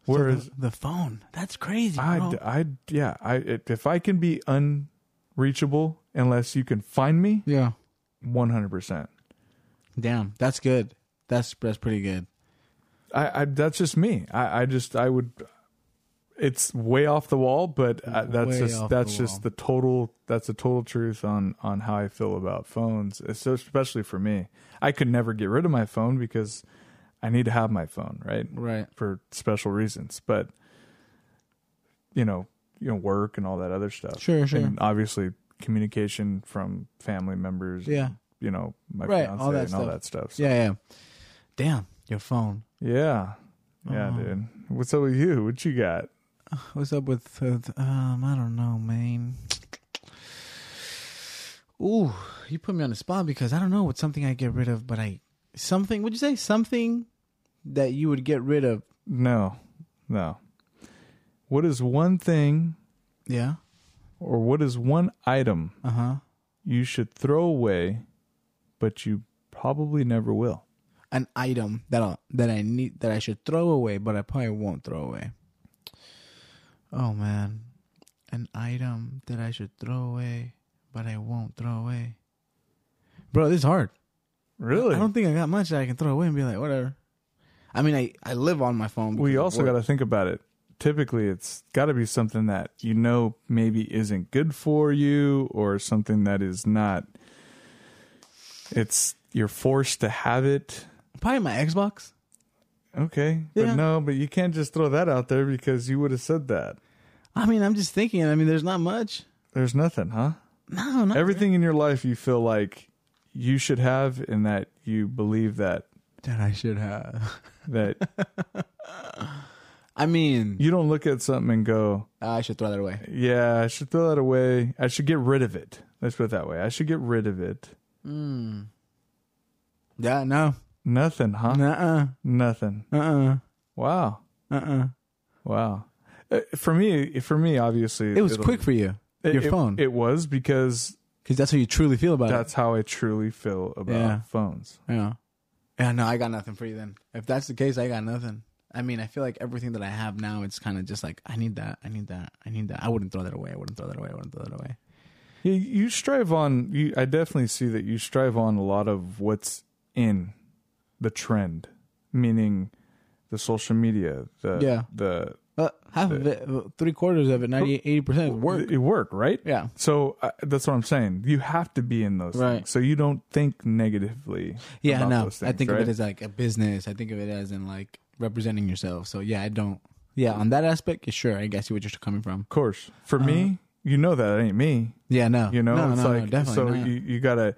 Speaker 1: So
Speaker 2: whereas
Speaker 1: the, the phone? That's crazy.
Speaker 2: I,
Speaker 1: bro.
Speaker 2: I, yeah, I if I can be unreachable unless you can find me,
Speaker 1: yeah.
Speaker 2: one hundred percent.
Speaker 1: Damn, that's good. That's that's pretty good.
Speaker 2: I, I that's just me. I, I just I would. It's way off the wall, but uh that's
Speaker 1: Way
Speaker 2: just
Speaker 1: off
Speaker 2: that's
Speaker 1: the
Speaker 2: just
Speaker 1: wall.
Speaker 2: the total that's the total truth on on how I feel about phones. It's so- especially for me, I could never get rid of my phone because I need to have my phone, right?
Speaker 1: Right.
Speaker 2: For special reasons, but you know, you know, work and all that other stuff.
Speaker 1: Sure, sure.
Speaker 2: And obviously, communication from family members.
Speaker 1: Yeah.
Speaker 2: and, you know, my
Speaker 1: Right,
Speaker 2: fiance
Speaker 1: all that
Speaker 2: and all
Speaker 1: stuff.
Speaker 2: that stuff. So,
Speaker 1: Yeah, yeah. Damn, your phone.
Speaker 2: yeah. Yeah, dude. What's up with you? What you got?
Speaker 1: What's up with uh, th- um I don't know, man. Ooh, you put me on the spot because I don't know what's something I get rid of, but I something, would you say something that you would get rid of?
Speaker 2: No. No. What is one thing
Speaker 1: Yeah.
Speaker 2: or what is one item
Speaker 1: Uh huh.
Speaker 2: you should throw away, but you probably never will?
Speaker 1: An item that I that I need that I should throw away, but I probably won't throw away. Oh man, an item that I should throw away, but I won't throw away. Bro, this is hard.
Speaker 2: Really?
Speaker 1: I don't think I got much that I can throw away and be like, whatever. I mean, I, I live on my phone.
Speaker 2: we
Speaker 1: because of
Speaker 2: also
Speaker 1: work.
Speaker 2: got to think about it. Typically, it's got to be something that you know maybe isn't good for you, or something that is not. It's you're forced to have it.
Speaker 1: probably my Xbox.
Speaker 2: Okay,
Speaker 1: Yeah.
Speaker 2: but no, but you can't just throw that out there because you would have said that.
Speaker 1: I mean, I'm just thinking. I mean, there's not much.
Speaker 2: There's nothing, huh?
Speaker 1: No, not
Speaker 2: Everything in your life you feel like you should have, and that you believe that
Speaker 1: that I should have. [LAUGHS]
Speaker 2: that
Speaker 1: I mean,
Speaker 2: you don't look at something and go,
Speaker 1: I should throw that away.
Speaker 2: "Yeah, I should throw that away. I should get rid of it." Let's put it that way. I should get rid of it.
Speaker 1: Mm. Yeah, no.
Speaker 2: Nothing, huh?
Speaker 1: Uh
Speaker 2: Nothing.
Speaker 1: uh. Uh
Speaker 2: Wow.
Speaker 1: uh. Uh
Speaker 2: Wow. Uh, For me, for me, obviously,
Speaker 1: It was
Speaker 2: it'll-
Speaker 1: quick for you,
Speaker 2: it-
Speaker 1: your
Speaker 2: it-
Speaker 1: phone.
Speaker 2: It was because
Speaker 1: because that's how you truly feel about
Speaker 2: that's how I truly feel about
Speaker 1: Yeah.
Speaker 2: phones.
Speaker 1: it. Yeah. Yeah, no, I got nothing for you then. If that's the case, I got nothing. I mean, I feel like everything that I have now, it's kind of just like, I need that, I need that, I need that. I wouldn't throw that away. I wouldn't throw that away. I wouldn't throw that away.
Speaker 2: You, you strive on. You, I definitely see that you strive on a lot of what's in the trend, meaning the social media, the
Speaker 1: Yeah.
Speaker 2: the
Speaker 1: Well, half of it, well, three quarters of it, 90, 80% of work.
Speaker 2: It work, right?
Speaker 1: Yeah.
Speaker 2: So uh, that's what I'm saying. You have to be in those
Speaker 1: Right.
Speaker 2: things, so you don't think negatively.
Speaker 1: Yeah,
Speaker 2: about
Speaker 1: no.
Speaker 2: those
Speaker 1: I
Speaker 2: things,
Speaker 1: think
Speaker 2: right?
Speaker 1: of it as like a business. I think of it as in like representing yourself. So yeah, I don't. Yeah, on that aspect, yeah, sure. I guess you where you're coming from.
Speaker 2: Of course. For me, you know that ain't me.
Speaker 1: Yeah, no.
Speaker 2: You know,
Speaker 1: Uh-huh. no,
Speaker 2: it's
Speaker 1: no, no,
Speaker 2: like
Speaker 1: definitely
Speaker 2: so
Speaker 1: not.
Speaker 2: you you gotta.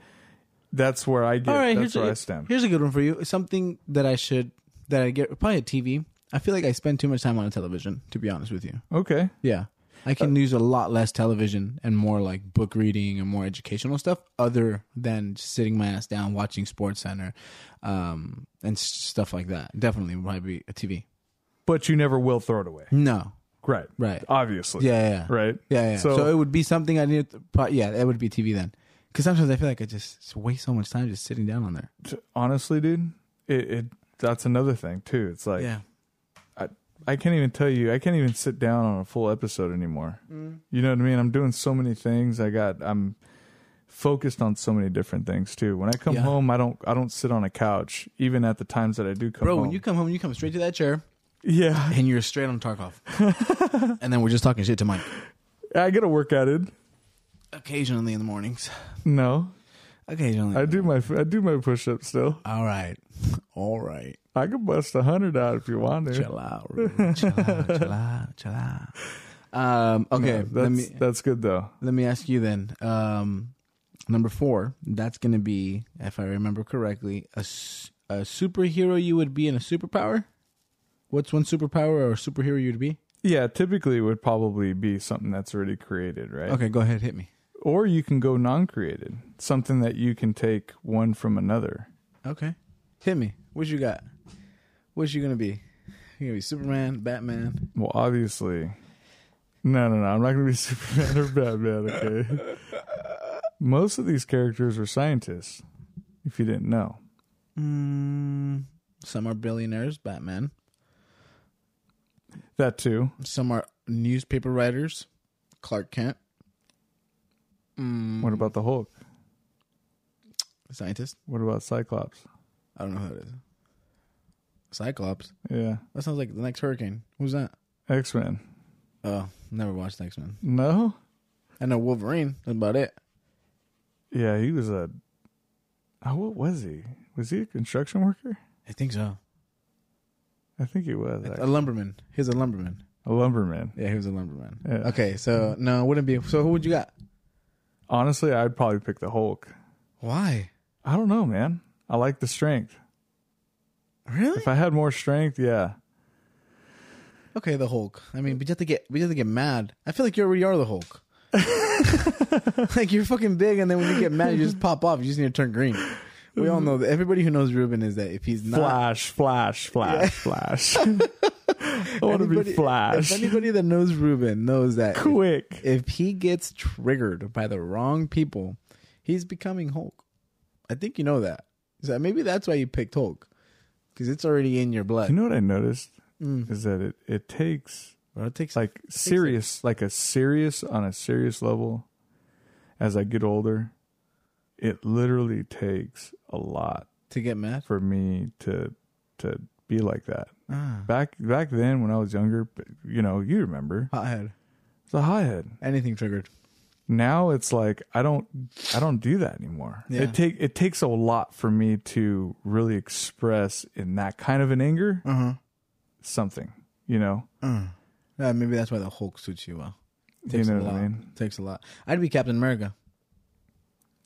Speaker 2: That's where I get.
Speaker 1: All right,
Speaker 2: that's
Speaker 1: here's
Speaker 2: where
Speaker 1: a,
Speaker 2: I stem.
Speaker 1: here's a good one for you. Something that I should that I get probably a TV. I feel like I spend too much time on a television. To be honest with you,
Speaker 2: Okay.
Speaker 1: yeah, I
Speaker 2: Uh,
Speaker 1: can use a lot less television and more like book reading and more educational stuff, other than just sitting my ass down watching Sports Center, um, and s- stuff like that. Definitely, would probably be a TV.
Speaker 2: But you never will throw it away.
Speaker 1: No,
Speaker 2: Right.
Speaker 1: right?
Speaker 2: Obviously.
Speaker 1: Yeah, yeah, yeah.
Speaker 2: Right.
Speaker 1: Yeah, yeah. So,
Speaker 2: So,
Speaker 1: it would be something I need. To, pro- yeah, it would be TV then, because sometimes I feel like I just waste so much time just sitting down on there.
Speaker 2: t- honestly, dude, it, it that's another thing too. It's like
Speaker 1: yeah,
Speaker 2: I I can't even tell you. I can't even sit down on a full episode anymore.
Speaker 1: Mm.
Speaker 2: You know what I mean? I'm doing so many things. I got I'm focused on so many different things too. When I come
Speaker 1: Yeah.
Speaker 2: home, I don't I don't sit on a couch even at the times that I do come
Speaker 1: bro.
Speaker 2: home.
Speaker 1: When you come home, you come straight to that chair.
Speaker 2: [LAUGHS] yeah.
Speaker 1: and you're straight on Tarkov. and then we're just talking shit to Mike
Speaker 2: I get a work at it.
Speaker 1: occasionally in the mornings.
Speaker 2: No,
Speaker 1: Occasionally.
Speaker 2: I do my I do my push ups still.
Speaker 1: All right. All right.
Speaker 2: I can bust a hundred out if you want to.
Speaker 1: Chill out. Ruben. chill out. Chill out. Chill out. Um,
Speaker 2: No,
Speaker 1: okay.
Speaker 2: that's
Speaker 1: let me
Speaker 2: that's good though.
Speaker 1: let me ask you then. Um, number four. That's gonna be, if I remember correctly, a, s- a superhero you would be in a superpower. What's one superpower or superhero you'd be?
Speaker 2: Yeah, typically it would probably be something that's already created, right?
Speaker 1: Okay, go ahead, hit me.
Speaker 2: Or you can go non-created, something that you can take one from another.
Speaker 1: Okay. Hit me. What you got? What you gonna be? You gonna be Superman, Batman?
Speaker 2: Well, obviously, no, no, no. I'm not going to be [LAUGHS] Superman or Batman. Okay. Most of these characters are scientists. If you didn't know,
Speaker 1: Mm, some are billionaires, Batman.
Speaker 2: that too.
Speaker 1: Some are newspaper writers, Clark Kent. Mm,
Speaker 2: What about the Hulk?
Speaker 1: scientist?
Speaker 2: What about Cyclops?
Speaker 1: I don't know who that is. Cyclops.
Speaker 2: Yeah,
Speaker 1: That sounds like the next hurricane. Who's that?
Speaker 2: X Men.
Speaker 1: Oh, never watched X Men.
Speaker 2: No.
Speaker 1: I know Wolverine. That's about it.
Speaker 2: Yeah, he was a. Oh, what was he? Was he a construction worker?
Speaker 1: I think so.
Speaker 2: I think he was
Speaker 1: A
Speaker 2: actually.
Speaker 1: lumberman. He's a lumberman.
Speaker 2: a lumberman.
Speaker 1: Yeah, he was a lumberman.
Speaker 2: Yeah.
Speaker 1: Okay, so no, wouldn't be. So who would you got?
Speaker 2: Honestly, I'd probably pick the Hulk.
Speaker 1: Why?
Speaker 2: I don't know, man. I like the strength.
Speaker 1: Really?
Speaker 2: If I had more strength, yeah.
Speaker 1: Okay, the Hulk. I mean, we just have to get we just have to get mad. I feel like you already are the
Speaker 2: [LAUGHS]
Speaker 1: Hulk. [LAUGHS] like you're fucking big, and then when you get mad, you just pop off. You just need to turn green. We all know that. Everybody who knows Ruben is that if he's not, [LAUGHS]
Speaker 2: Flash, flash, flash, flash. I want to be
Speaker 1: Anybody- If
Speaker 2: Flash.
Speaker 1: anybody that knows Ruben knows that if-
Speaker 2: Quick.
Speaker 1: if he gets triggered by the wrong people, he's becoming Hulk. I think you know that. So maybe that's why you picked Hulk because it's already in your blood.
Speaker 2: You know what I noticed
Speaker 1: Mm.
Speaker 2: is that it it takes
Speaker 1: Well, it takes
Speaker 2: like serious, like a serious on a serious level. As I get older, it literally takes a lot
Speaker 1: to get mad.
Speaker 2: for me to to be like that.
Speaker 1: Ah,
Speaker 2: Back back then when I was younger, you know, you remember
Speaker 1: hothead.
Speaker 2: it's a high head.
Speaker 1: Anything triggered.
Speaker 2: now it's like I don't I don't do that anymore.
Speaker 1: Yeah.
Speaker 2: It take it takes a lot for me to really express in that kind of an anger
Speaker 1: Uh huh.
Speaker 2: something, you know.
Speaker 1: Mm. Yeah, maybe that's why the Hulk suits you well.
Speaker 2: you know
Speaker 1: a
Speaker 2: what
Speaker 1: lot.
Speaker 2: I mean?
Speaker 1: Takes a lot. I'd be Captain America.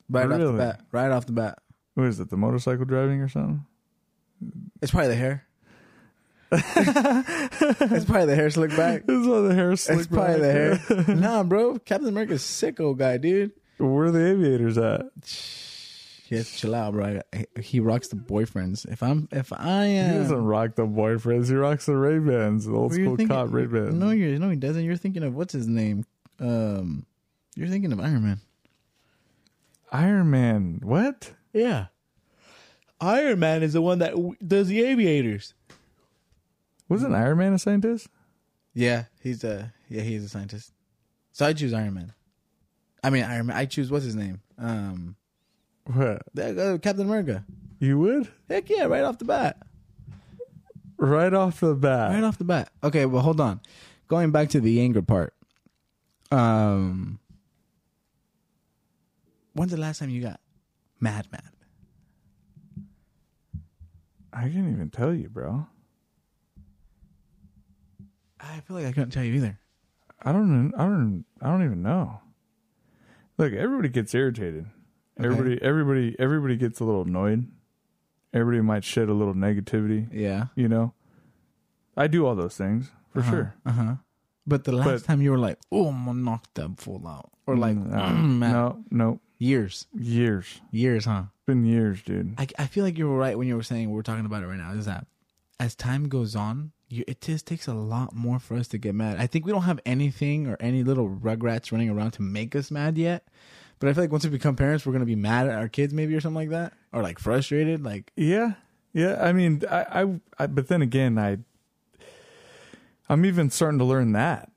Speaker 1: Right off
Speaker 2: Really?
Speaker 1: the bat. Right off the bat.
Speaker 2: What is it? The motorcycle driving or something?
Speaker 1: It's probably the hair. [LAUGHS] it's probably the hair slick back.
Speaker 2: This is all the hair [LAUGHS] slick
Speaker 1: It's probably the
Speaker 2: back. [LAUGHS]
Speaker 1: hair. nah, bro. Captain America's sick old guy, dude.
Speaker 2: Where are the aviators at?
Speaker 1: Yeah, chill out, bro. I- He rocks the boyfriends. If I'm, if I
Speaker 2: He
Speaker 1: am,
Speaker 2: doesn't rock the boyfriends. He rocks the Ray Bans, the old
Speaker 1: Were you
Speaker 2: school
Speaker 1: thinking-
Speaker 2: cop Ray Bans.
Speaker 1: no, you no, he doesn't. You're thinking of what's his name? Um, you're thinking of Iron Man.
Speaker 2: Iron Man. What?
Speaker 1: Yeah, Iron Man is the one that does the aviators.
Speaker 2: Wasn't Iron Man a scientist?
Speaker 1: Yeah, he's a yeah, he's a scientist. So I choose Iron Man. I mean, Iron Man. I choose what's his name? Um,
Speaker 2: What?
Speaker 1: the- uh, Captain America.
Speaker 2: You would?
Speaker 1: Heck yeah, right off the bat.
Speaker 2: Right off the bat.
Speaker 1: right off the bat. Okay, well, hold on. Going back to the anger part. Um, when's the last time you got mad, mad?
Speaker 2: I can't even tell you, bro.
Speaker 1: I feel like I couldn't tell you either.
Speaker 2: I don't I don't I don't even know. Look, everybody gets irritated.
Speaker 1: Okay.
Speaker 2: Everybody everybody everybody gets a little annoyed. Everybody might shed a little negativity,
Speaker 1: Yeah.
Speaker 2: you know. I do all those things for sure.
Speaker 1: Uh huh. But Mm, the last
Speaker 2: But-
Speaker 1: time you were like, "Oh, I'm gonna knock them full out," or like, [CLEARS THROAT]
Speaker 2: no,
Speaker 1: mad.
Speaker 2: uh, no, no,
Speaker 1: years,
Speaker 2: years.
Speaker 1: years, huh?
Speaker 2: Been years, dude.
Speaker 1: I, I feel like you were right when you were saying we're talking about it right now. Is that as time goes on, you, it just takes a lot more for us to get mad. I think we don't have anything or any little rugrats running around to make us mad yet. But I feel like once we become parents, we're gonna be mad at our kids, maybe or something like that, or like frustrated. Like
Speaker 2: Yeah, yeah. I mean, I, I, I but then again, I, I'm even starting to learn that.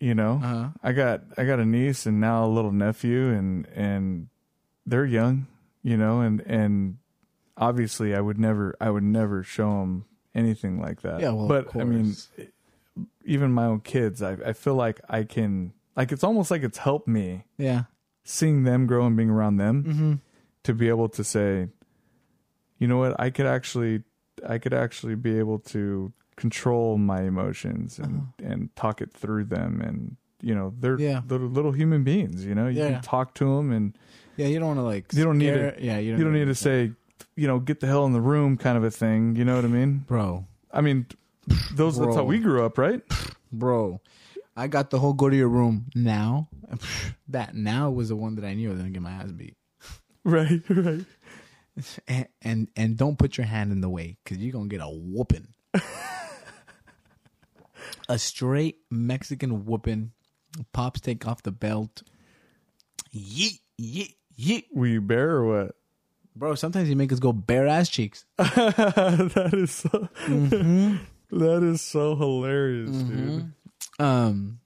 Speaker 2: You know,
Speaker 1: Uh-huh.
Speaker 2: I got I got a niece and now a little nephew, and and they're young. You know, and and obviously, I would never I would never show them anything like that.
Speaker 1: Yeah, well, of
Speaker 2: but I mean,
Speaker 1: course.
Speaker 2: even my own kids, I I feel like I can like it's almost like it's helped me
Speaker 1: yeah,
Speaker 2: seeing them grow and being around them to be able to say you know what i could actually i could actually be able to control my emotions and and talk it through them and you know they're,
Speaker 1: Yeah.
Speaker 2: they're little human beings you know you
Speaker 1: Yeah.
Speaker 2: can talk to them and
Speaker 1: yeah. You don't want to like.
Speaker 2: You don't need
Speaker 1: scare-
Speaker 2: it.
Speaker 1: Yeah, you
Speaker 2: you
Speaker 1: don't.
Speaker 2: don't need to say you know get the hell in the room kind of a thing you know what i mean
Speaker 1: bro,
Speaker 2: i mean those that's
Speaker 1: Bro.
Speaker 2: how we grew up right
Speaker 1: bro. I got the whole go to your room [LAUGHS] now. That now was the one that I knew I was gonna get my ass beat.
Speaker 2: [LAUGHS] right right
Speaker 1: and and, and don't put your hand in the way because you're gonna get a whooping a straight mexican whooping pops take off the belt yeet yeet yeet
Speaker 2: were you bear or what
Speaker 1: bro sometimes you make us go bare ass cheeks
Speaker 2: [LAUGHS] that is so Mm-hmm. [LAUGHS] that is so hilarious dude
Speaker 1: um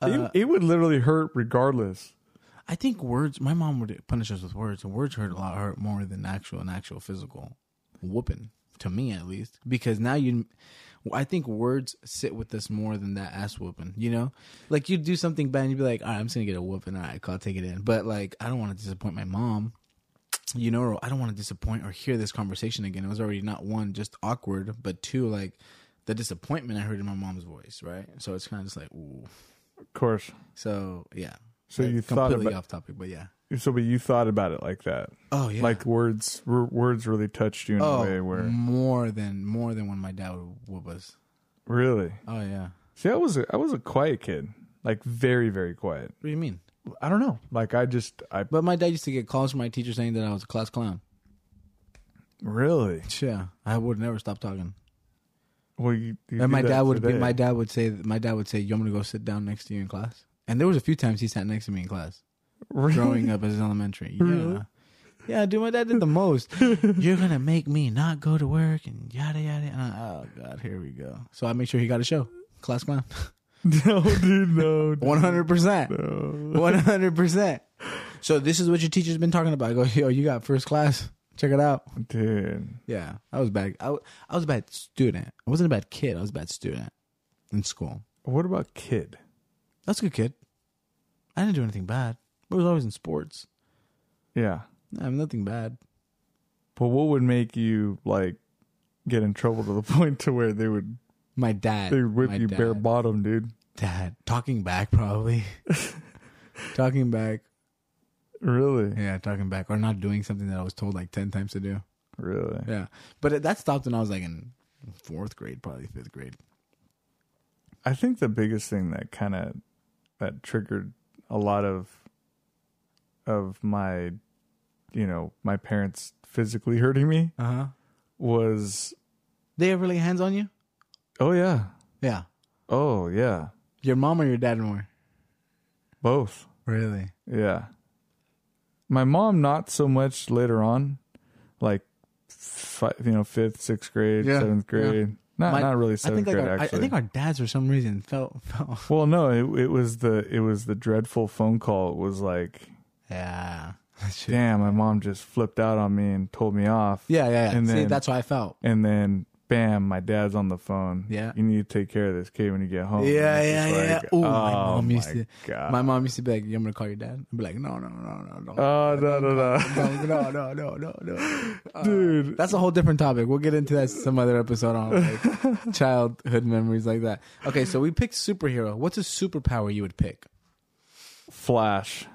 Speaker 1: Uh,
Speaker 2: it, it would literally hurt regardless.
Speaker 1: i think words my mom would punish us with words and words hurt a lot hurt more than actual an actual physical whooping to me at least because now you I think words sit with us more than that ass whooping, you know? Like you do something bad and you'd be like, all right, I'm just gonna get a whooping, all right, cool, I'll take it in. But like I don't wanna disappoint my mom, you know, or I don't wanna disappoint or hear this conversation again. It was already not one, just awkward, but two, like the disappointment I heard in my mom's voice, right? So it's kinda just like, ooh.
Speaker 2: Of course.
Speaker 1: So yeah.
Speaker 2: So you thought
Speaker 1: completely
Speaker 2: about
Speaker 1: off topic, but yeah.
Speaker 2: so, but you thought about it like that.
Speaker 1: Oh yeah.
Speaker 2: Like words, r- words really touched you in
Speaker 1: oh,
Speaker 2: a way where
Speaker 1: more than more than when my dad would whoop us.
Speaker 2: really.
Speaker 1: Oh yeah.
Speaker 2: See, I was a, I was a quiet kid, like very very quiet.
Speaker 1: What do you mean?
Speaker 2: I don't know. Like I just I
Speaker 1: But my dad used to get calls from my teacher saying that I was a class clown.
Speaker 2: really
Speaker 1: Yeah, I would never stop talking.
Speaker 2: Well, you, you
Speaker 1: And my
Speaker 2: do that
Speaker 1: dad would be,
Speaker 2: today.
Speaker 1: my dad would say my dad would say you want me to go sit down next to you in class. And there was a few times he sat next to me in
Speaker 2: [LAUGHS]
Speaker 1: class
Speaker 2: [LAUGHS] Really?
Speaker 1: growing up as elementary. Yeah.
Speaker 2: Really?
Speaker 1: Yeah, dude, my dad did the
Speaker 2: [LAUGHS]
Speaker 1: most. You're gonna make me not go to work and yada yada. And I, oh god, here we go. So I make sure he got a show. Class clown, [LAUGHS]
Speaker 2: No, dude, no. dude,
Speaker 1: one hundred percent.
Speaker 2: No.
Speaker 1: One hundred percent. So this is what your teacher's been talking about. I go, yo, you got first class. Check it out.
Speaker 2: Dude.
Speaker 1: Yeah, I was bad. I, w- I was a bad student. I wasn't a bad kid. I was a bad student in school.
Speaker 2: What about kid?
Speaker 1: I was a good kid. I didn't do anything bad. I was always in sports.
Speaker 2: Yeah.
Speaker 1: I'm nothing bad.
Speaker 2: But what would make you like get in trouble to the [LAUGHS] point to where they would
Speaker 1: My dad.
Speaker 2: they would whip
Speaker 1: my
Speaker 2: you bare
Speaker 1: dad-
Speaker 2: bottom, dude?
Speaker 1: Dad. Talking back,
Speaker 2: [LAUGHS]
Speaker 1: probably. talking back.
Speaker 2: Really?
Speaker 1: Yeah, talking back. Or not doing something that I was told like 10 times to do.
Speaker 2: Really?
Speaker 1: Yeah. But it- that stopped when I was like in fourth grade, probably fifth grade.
Speaker 2: I think the biggest thing that kind of that triggered a lot of of my you know, my parents physically hurting me
Speaker 1: Uh huh.
Speaker 2: was
Speaker 1: They ever lay hands on you?
Speaker 2: oh yeah.
Speaker 1: Yeah.
Speaker 2: Oh yeah.
Speaker 1: Your mom or your dad more?
Speaker 2: Both.
Speaker 1: Really?
Speaker 2: Yeah. My mom, not so much later on, like, fi- you know, fifth, sixth grade,
Speaker 1: Yeah,
Speaker 2: seventh
Speaker 1: yeah.
Speaker 2: grade. Not
Speaker 1: My-
Speaker 2: not really
Speaker 1: I
Speaker 2: seventh
Speaker 1: think like
Speaker 2: grade
Speaker 1: our, I, I
Speaker 2: actually.
Speaker 1: think our dads for some reason felt [LAUGHS] felt
Speaker 2: well, no, it, it was the it was the dreadful phone call. It was like,
Speaker 1: [LAUGHS] yeah yeah
Speaker 2: damn, my mom just flipped out on me and told me off.
Speaker 1: yeah yeah.
Speaker 2: And
Speaker 1: See,
Speaker 2: then-
Speaker 1: that's how I felt.
Speaker 2: And then, bam, my dad's on the phone.
Speaker 1: Yeah.
Speaker 2: You need to take care of this kid when you get home.
Speaker 1: Yeah,
Speaker 2: And it's
Speaker 1: yeah,
Speaker 2: just
Speaker 1: yeah.
Speaker 2: like, oh
Speaker 1: Ooh, my mom
Speaker 2: my
Speaker 1: used to-
Speaker 2: God.
Speaker 1: My mom used to be like, "You want me to call your dad?" I'd be like, "No, no, no, no, no,
Speaker 2: oh no no no,
Speaker 1: no, no, no, no, no, no."
Speaker 2: [LAUGHS]
Speaker 1: Uh,
Speaker 2: dude.
Speaker 1: that's a whole different topic. We'll get into that some other episode on
Speaker 2: [LAUGHS]
Speaker 1: like childhood memories like that. Okay, so we picked superhero. What's a superpower you would pick?
Speaker 2: Flash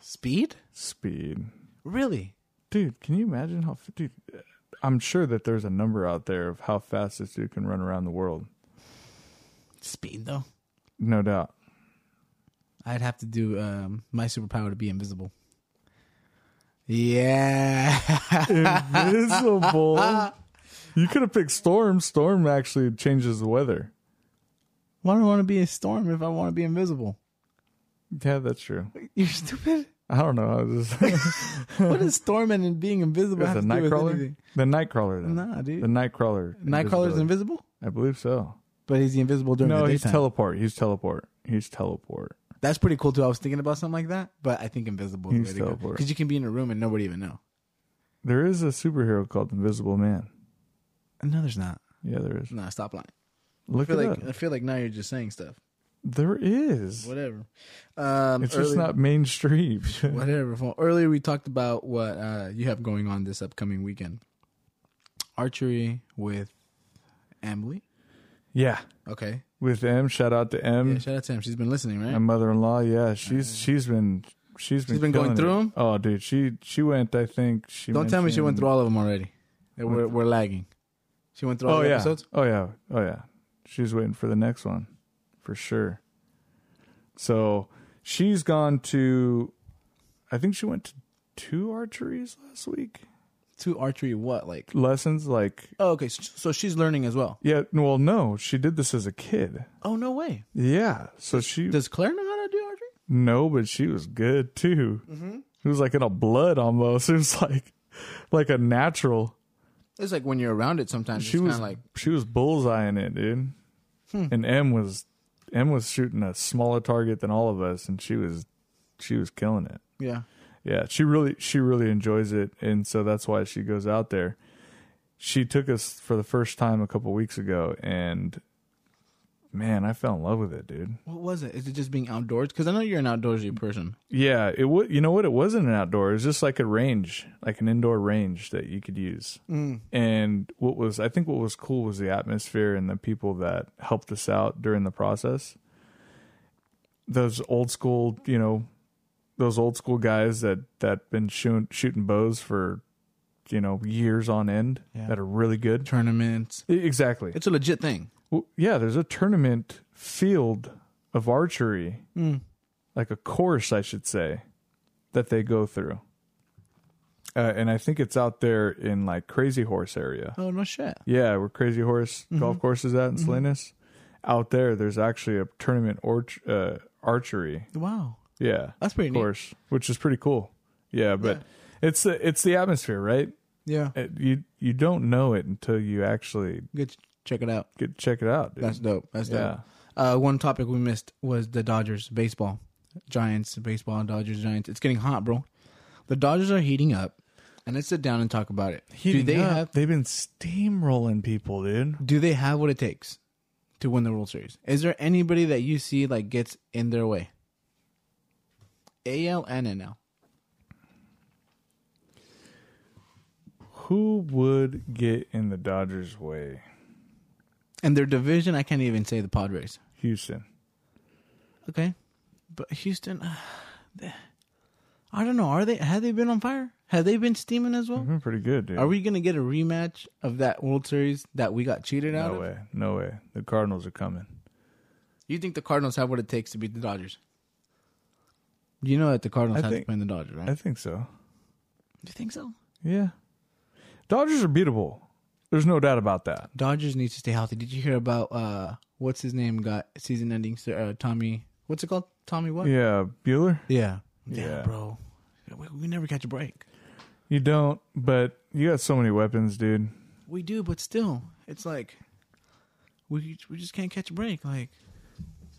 Speaker 1: Speed?
Speaker 2: speed.
Speaker 1: Really?
Speaker 2: dude can you imagine how f- dude i'm sure that there's a number out there of how fast this dude can run around the world
Speaker 1: Speed though. [LAUGHS]
Speaker 2: no doubt
Speaker 1: I'd have to do um, my superpower to be invisible. Yeah. [LAUGHS]
Speaker 2: invisible you could have picked storm storm actually changes the weather
Speaker 1: Why do I want to be a storm if I want to be invisible?
Speaker 2: yeah that's true
Speaker 1: You're stupid.
Speaker 2: i don't know I was just
Speaker 1: [LAUGHS] What is storm and being invisible have
Speaker 2: the
Speaker 1: to do with
Speaker 2: nightcrawler
Speaker 1: anything?
Speaker 2: the nightcrawler then
Speaker 1: Nah, dude.
Speaker 2: the nightcrawler
Speaker 1: Nightcrawler's
Speaker 2: invisibility.
Speaker 1: invisible,
Speaker 2: i believe so
Speaker 1: but he's invisible during
Speaker 2: no
Speaker 1: the
Speaker 2: he's
Speaker 1: daytime.
Speaker 2: teleport he's teleport he's teleport
Speaker 1: That's pretty cool too. I was thinking about something like that, but I think invisible
Speaker 2: He's
Speaker 1: is way
Speaker 2: teleport.
Speaker 1: because you can be in a room and nobody even know.
Speaker 2: there is a superhero called invisible man
Speaker 1: No, there's not.
Speaker 2: yeah there is
Speaker 1: Nah, stop lying. I
Speaker 2: look
Speaker 1: feel
Speaker 2: it
Speaker 1: like
Speaker 2: up
Speaker 1: I feel like now you're just saying stuff.
Speaker 2: there is
Speaker 1: Whatever. Um,
Speaker 2: it's
Speaker 1: earlier-
Speaker 2: just not mainstream [LAUGHS]
Speaker 1: whatever. Well, earlier we talked about what uh, you have going on this upcoming weekend. Archery with Ambly.
Speaker 2: Yeah,
Speaker 1: Okay.
Speaker 2: with M. Shout out to
Speaker 1: Yeah,
Speaker 2: M.
Speaker 1: shout out to him. She's been listening, right?
Speaker 2: my mother-in-law. Yeah, she's she's been she's been
Speaker 1: Uh, been going
Speaker 2: killing
Speaker 1: through
Speaker 2: it.
Speaker 1: 'em?
Speaker 2: Oh, dude, she she went. I think she.
Speaker 1: Don't tell me she went
Speaker 2: mentioned-
Speaker 1: through all of them already. That We're, we're lagging. She went through all
Speaker 2: Oh
Speaker 1: the
Speaker 2: yeah.
Speaker 1: episodes?
Speaker 2: Oh yeah. Oh yeah. She's waiting for the next one, for sure. So she's gone to, I think she went to two archeries last week.
Speaker 1: Two archery, what? Like,
Speaker 2: Lessons like
Speaker 1: oh, okay. So, so she's learning as well.
Speaker 2: yeah. Well, no, she did this as a kid.
Speaker 1: Oh, no way.
Speaker 2: Yeah. So she
Speaker 1: Does Claire know how to do archery?
Speaker 2: No, but she was good too. It was like in a blood almost. [LAUGHS] It was like like a natural.
Speaker 1: It's like when you're around it sometimes.
Speaker 2: She
Speaker 1: it's
Speaker 2: was
Speaker 1: kind of like, Hmm.
Speaker 2: she was bullseyeing it, dude. And M was M was shooting a smaller target than all of us, and she was she was killing it.
Speaker 1: yeah.
Speaker 2: Yeah, she really she really enjoys it, and so that's why she goes out there. She took us for the first time a couple weeks ago, and man, I fell in love with it, dude.
Speaker 1: What was it? Is it just being outdoors? Because I know you're an outdoorsy person.
Speaker 2: Yeah, it would. You know what? It wasn't an outdoor. It was just like a range, like an indoor range that you could use. Mm. And what was I think what was cool was the atmosphere and the people that helped us out during the process. Those old school, you know, those old school guys that that been shooting shooting bows for, you know, years on end
Speaker 1: Yeah.
Speaker 2: that are really good.
Speaker 1: Tournaments.
Speaker 2: E- Exactly.
Speaker 1: It's a legit thing.
Speaker 2: Well, yeah, there's a tournament field of archery,
Speaker 1: Hmm.
Speaker 2: like a course, I should say, that they go through. uh, and I think it's out there in like Crazy Horse area.
Speaker 1: Oh no shit.
Speaker 2: Yeah, where Crazy Horse
Speaker 1: Mm-hmm.
Speaker 2: golf course is at in Salinas. Out there, there's actually a tournament orch- uh, archery.
Speaker 1: Wow.
Speaker 2: Yeah,
Speaker 1: That's pretty neat.
Speaker 2: course, which is pretty cool. Yeah, but it's the it's the atmosphere, right?
Speaker 1: Yeah.
Speaker 2: It, you you don't know it until you actually
Speaker 1: Good. ch- Check it out.
Speaker 2: get check it out. Dude.
Speaker 1: That's dope. That's
Speaker 2: Yeah.
Speaker 1: dope. Uh, one topic we missed was the Dodgers baseball, Giants baseball, Dodgers Giants. It's getting hot, bro. The Dodgers are heating up, and let's sit down and talk about it.
Speaker 2: Heating
Speaker 1: do they
Speaker 2: up,
Speaker 1: have
Speaker 2: They've been steamrolling people, dude.
Speaker 1: Do they have what it takes to win the World Series? Is there anybody that you see like gets in their way? AL and NL.
Speaker 2: Who would get in the Dodgers' way?
Speaker 1: And their division, I can't even say the Padres.
Speaker 2: Houston.
Speaker 1: Okay. But Houston, uh, they- I don't know. Are they? Have they been on fire? Have they been steaming as well?
Speaker 2: They've been pretty good, dude.
Speaker 1: Are we gonna get a rematch of that World Series that we got cheated out
Speaker 2: no
Speaker 1: of?
Speaker 2: way. No way. The Cardinals are coming.
Speaker 1: You think the Cardinals have what it takes to beat the Dodgers? You know that the Cardinals
Speaker 2: I
Speaker 1: have
Speaker 2: think-
Speaker 1: to play in the Dodgers, right?
Speaker 2: I think so.
Speaker 1: Do you think so?
Speaker 2: Yeah. Dodgers are beatable. There's no doubt about that.
Speaker 1: Dodgers need to stay healthy. Did you hear about uh what's his name got season ending? sir, Uh, Tommy, what's it called? Tommy what?
Speaker 2: Yeah, Bueller.
Speaker 1: yeah,
Speaker 2: Yeah.
Speaker 1: yeah, bro. We, we never catch a break.
Speaker 2: You don't, but you got so many weapons, dude.
Speaker 1: We do, but still, it's like we we just can't catch a break. Like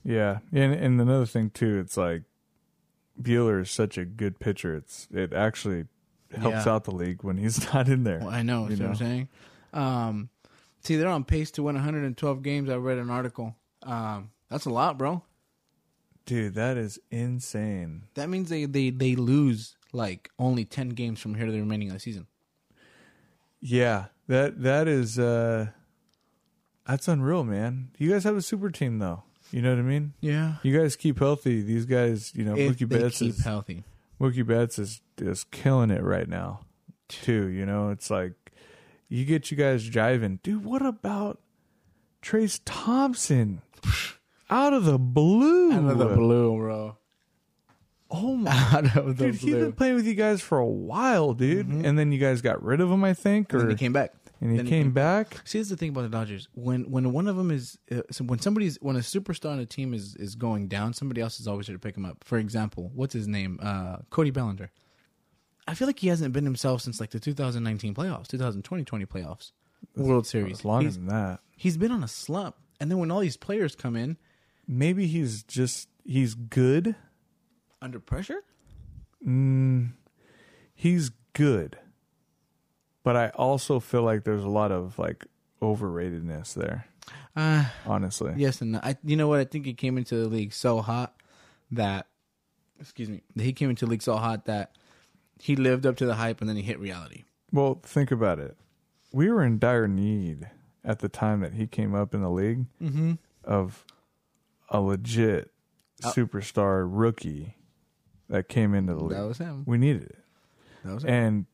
Speaker 2: Yeah, and and another thing too, it's like Bueller is such a good pitcher. It's it actually helps
Speaker 1: Yeah.
Speaker 2: out the league when he's [LAUGHS] not in there.
Speaker 1: well, I know,
Speaker 2: You
Speaker 1: you know what I'm saying. Um, see, they're on pace to win 112 games. I read an article. Um, that's a lot, bro.
Speaker 2: Dude, that is insane.
Speaker 1: That means they they they lose like only 10 games from here to the remaining of the season.
Speaker 2: Yeah, that that is uh that's unreal, man. You guys have a super team though. You know what I mean?
Speaker 1: Yeah,
Speaker 2: You guys keep healthy. These guys, you know,
Speaker 1: if
Speaker 2: Mookie
Speaker 1: they
Speaker 2: Betts
Speaker 1: keep
Speaker 2: is
Speaker 1: healthy.
Speaker 2: Mookie Betts is is killing it right now, too. You know, it's like you get you guys jiving, dude. What about Trace Thompson? Out of the blue,
Speaker 1: Out of the blue, bro. [LAUGHS]
Speaker 2: oh my
Speaker 1: Out of the
Speaker 2: dude, he's been
Speaker 1: blue. Mm-hmm.
Speaker 2: playing with you guys for a while, dude. And then you guys got rid of him, I think, or
Speaker 1: And he came back. then he
Speaker 2: came back.
Speaker 1: See, this is the thing about the Dodgers. When when one of them is uh, so when somebody's when a superstar on a team is is going down, somebody else is always there to pick him up. For example, what's his name? Uh, Cody Bellinger. I feel like he hasn't been himself since like the 2019 playoffs, 2020 playoffs, World Series.
Speaker 2: It's longer
Speaker 1: He's-
Speaker 2: than that.
Speaker 1: he's been on a slump, and then when all these players come in
Speaker 2: Maybe he's just he's good.
Speaker 1: under pressure,
Speaker 2: He's good, but I also feel like there's a lot of like overratedness there.
Speaker 1: uh,
Speaker 2: Honestly,
Speaker 1: Yes and no. I, you know what? I think he came into the league so hot that, excuse me, he came into the league so hot that he lived up to the hype and then he hit reality.
Speaker 2: Well, think about it. We were in dire need at the time that he came up in the league
Speaker 1: Mm-hmm.
Speaker 2: of a legit
Speaker 1: Oh.
Speaker 2: superstar rookie that came into the
Speaker 1: That
Speaker 2: league.
Speaker 1: was him.
Speaker 2: We needed it.
Speaker 1: That was him.
Speaker 2: And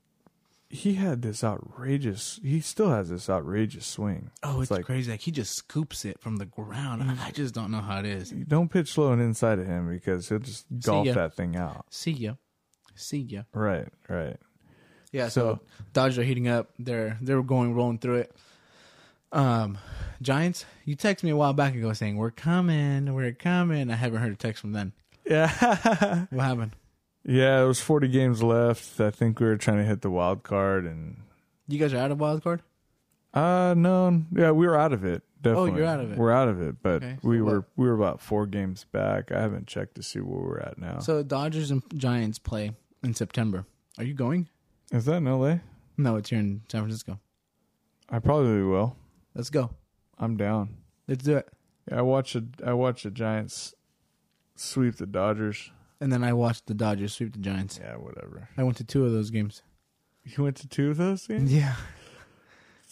Speaker 2: he had this outrageous, he still has this outrageous swing.
Speaker 1: oh, it's,
Speaker 2: like-
Speaker 1: crazy. Like Mm-hmm. he just scoops it from the ground. I just don't know how it is.
Speaker 2: You don't pitch low and inside of him because he'll just golf
Speaker 1: ya.
Speaker 2: that thing out.
Speaker 1: See ya. See ya.
Speaker 2: Right, right.
Speaker 1: Yeah, so, Dodgers are heating up. They're they're going rolling through it. Um, Giants, you texted me a while back ago saying we're coming, we're coming. I haven't heard a text from then. [LAUGHS]
Speaker 2: Yeah.
Speaker 1: What happened?
Speaker 2: yeah, it was 40 games left. I think we were trying to hit the wild card and
Speaker 1: You guys are out of wild card.
Speaker 2: Uh no, yeah, we were out of it. Definitely.
Speaker 1: Oh, you're out of it.
Speaker 2: We're out of it, but
Speaker 1: Okay, so
Speaker 2: we
Speaker 1: what-
Speaker 2: were we were about four games back. I haven't checked to see where we're at now.
Speaker 1: So Dodgers and Giants play in September. Are you going?
Speaker 2: Is that in L.A.?
Speaker 1: No, it's here in San Francisco.
Speaker 2: I probably will.
Speaker 1: Let's go.
Speaker 2: I'm down.
Speaker 1: Let's do it.
Speaker 2: Yeah, I watched a I watched the Giants sweep the Dodgers.
Speaker 1: And then I watched the Dodgers sweep the Giants.
Speaker 2: Yeah, whatever.
Speaker 1: I went to two of those games.
Speaker 2: You went to two of those
Speaker 1: [LAUGHS]
Speaker 2: games.
Speaker 1: Yeah,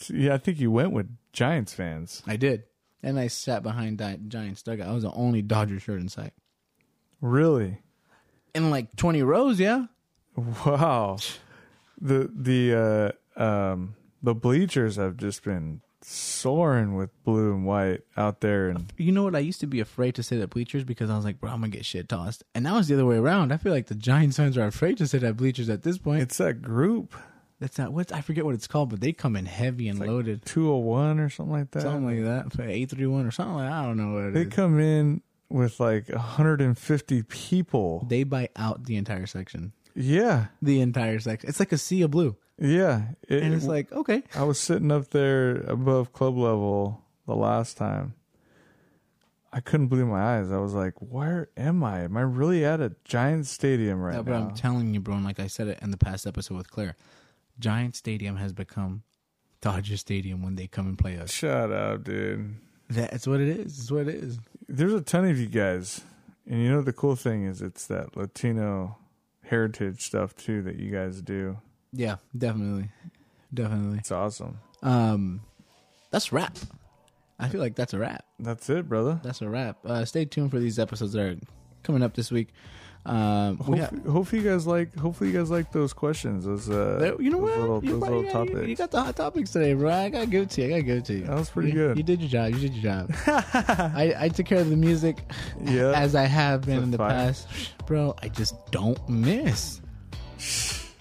Speaker 2: Yeah, I think you went with Giants fans.
Speaker 1: I did. And I sat behind that Giants dugout. I was the only Dodger shirt in sight.
Speaker 2: Really?
Speaker 1: In like twenty rows, yeah.
Speaker 2: Wow. The the uh, um the bleachers have just been soaring with blue and white out there, and
Speaker 1: You know what? I used to be afraid to sit at bleachers because I was like, bro, I'm gonna get shit tossed. And now it's the other way around. I feel like the Giants fans are afraid to sit at bleachers at this point.
Speaker 2: it's that group
Speaker 1: That's not what I forget what it's called, but they come in heavy and loaded,
Speaker 2: two hundred one or something like that.
Speaker 1: something like that, eight three one or something. like that. I don't know what it
Speaker 2: They
Speaker 1: is.
Speaker 2: come in with like hundred and fifty people.
Speaker 1: They buy out the entire section,
Speaker 2: yeah,
Speaker 1: the entire section. It's like a sea of blue,
Speaker 2: yeah. It-
Speaker 1: and it's like okay,
Speaker 2: I was sitting up there above club level the last time. I couldn't believe my eyes. I was like, "Where am I? Am I really at a giant stadium right
Speaker 1: Yeah, but
Speaker 2: now?"
Speaker 1: I'm telling you, bro, and like I said it in the past episode with Claire, Giant Stadium has become Dodger Stadium when they come and play us.
Speaker 2: Shut up, dude.
Speaker 1: That's what it is. It's what it is.
Speaker 2: There's a ton of you guys, and you know the cool thing is it's that Latino heritage stuff too that you guys do.
Speaker 1: Yeah, definitely, definitely.
Speaker 2: It's awesome.
Speaker 1: Um, that's rap. I feel like that's a wrap.
Speaker 2: That's it, brother.
Speaker 1: That's a wrap. Uh, stay tuned for these episodes that are coming up this week. Um, we have,
Speaker 2: Hopefully, hopefully you guys like. Hopefully you guys like those questions. Those uh,
Speaker 1: you know
Speaker 2: those
Speaker 1: what?
Speaker 2: little,
Speaker 1: you,
Speaker 2: those
Speaker 1: probably-
Speaker 2: little
Speaker 1: you, got-
Speaker 2: topics.
Speaker 1: you, you got the hot topics today, bro. I gotta give it to you. I gotta give it to you.
Speaker 2: That was pretty
Speaker 1: You-
Speaker 2: good.
Speaker 1: You did your job. You did your
Speaker 2: [LAUGHS]
Speaker 1: job. I, I took care of the music
Speaker 2: Yeah.
Speaker 1: as I have been
Speaker 2: It's a
Speaker 1: in the
Speaker 2: fire.
Speaker 1: past, bro. I just don't miss.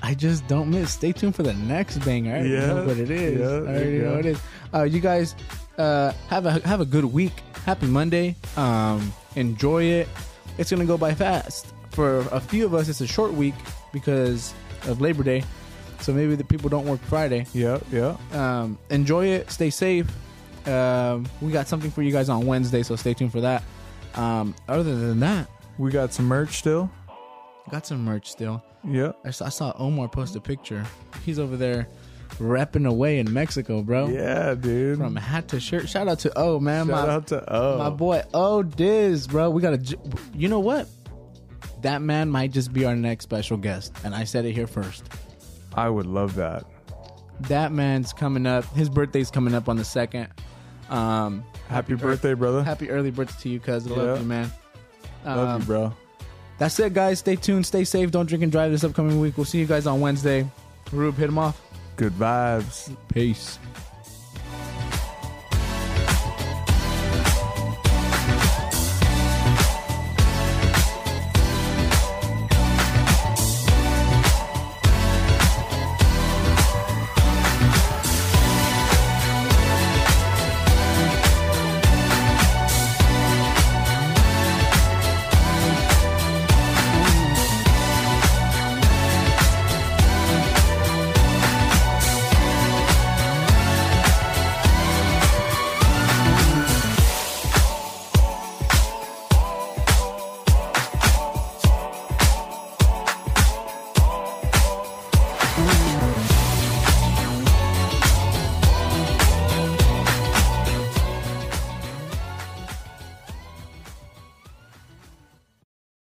Speaker 1: I just don't miss. Stay tuned for the next bang. I already
Speaker 2: Yeah.
Speaker 1: know what it is.
Speaker 2: Yeah,
Speaker 1: I
Speaker 2: there
Speaker 1: already
Speaker 2: you
Speaker 1: know
Speaker 2: go.
Speaker 1: what it is. Uh, you guys uh, have a have a good week. Happy Monday. Um, enjoy it. It's gonna go by fast. For a few of us, it's a short week because of Labor Day. So maybe the people don't work Friday
Speaker 2: yeah, yeah.
Speaker 1: um, enjoy it stay safe um, we got something for you guys on wednesday so stay tuned for that um, other than that
Speaker 2: We got some merch still.
Speaker 1: got some merch still
Speaker 2: Yep.
Speaker 1: i saw, I saw omar post a picture he's over there repping away in mexico bro
Speaker 2: Yeah, dude.
Speaker 1: from hat to shirt shout out to oh man
Speaker 2: Shout
Speaker 1: my,
Speaker 2: out to O.
Speaker 1: my boy oh diz bro we gotta j- you know what that man might just be our next special guest and i said it here first
Speaker 2: I would love that.
Speaker 1: that man's coming up his birthday's coming up on the second um
Speaker 2: Happy, birthday, brother.
Speaker 1: happy early birthday to you, cuz. I love
Speaker 2: Yeah.
Speaker 1: you, man.
Speaker 2: love
Speaker 1: Um,
Speaker 2: you, bro.
Speaker 1: that's it, guys. Stay tuned. Stay safe. Don't drink and drive this upcoming week. We'll see you guys on Wednesday. Rube, hit him off.
Speaker 2: Good vibes.
Speaker 1: Peace.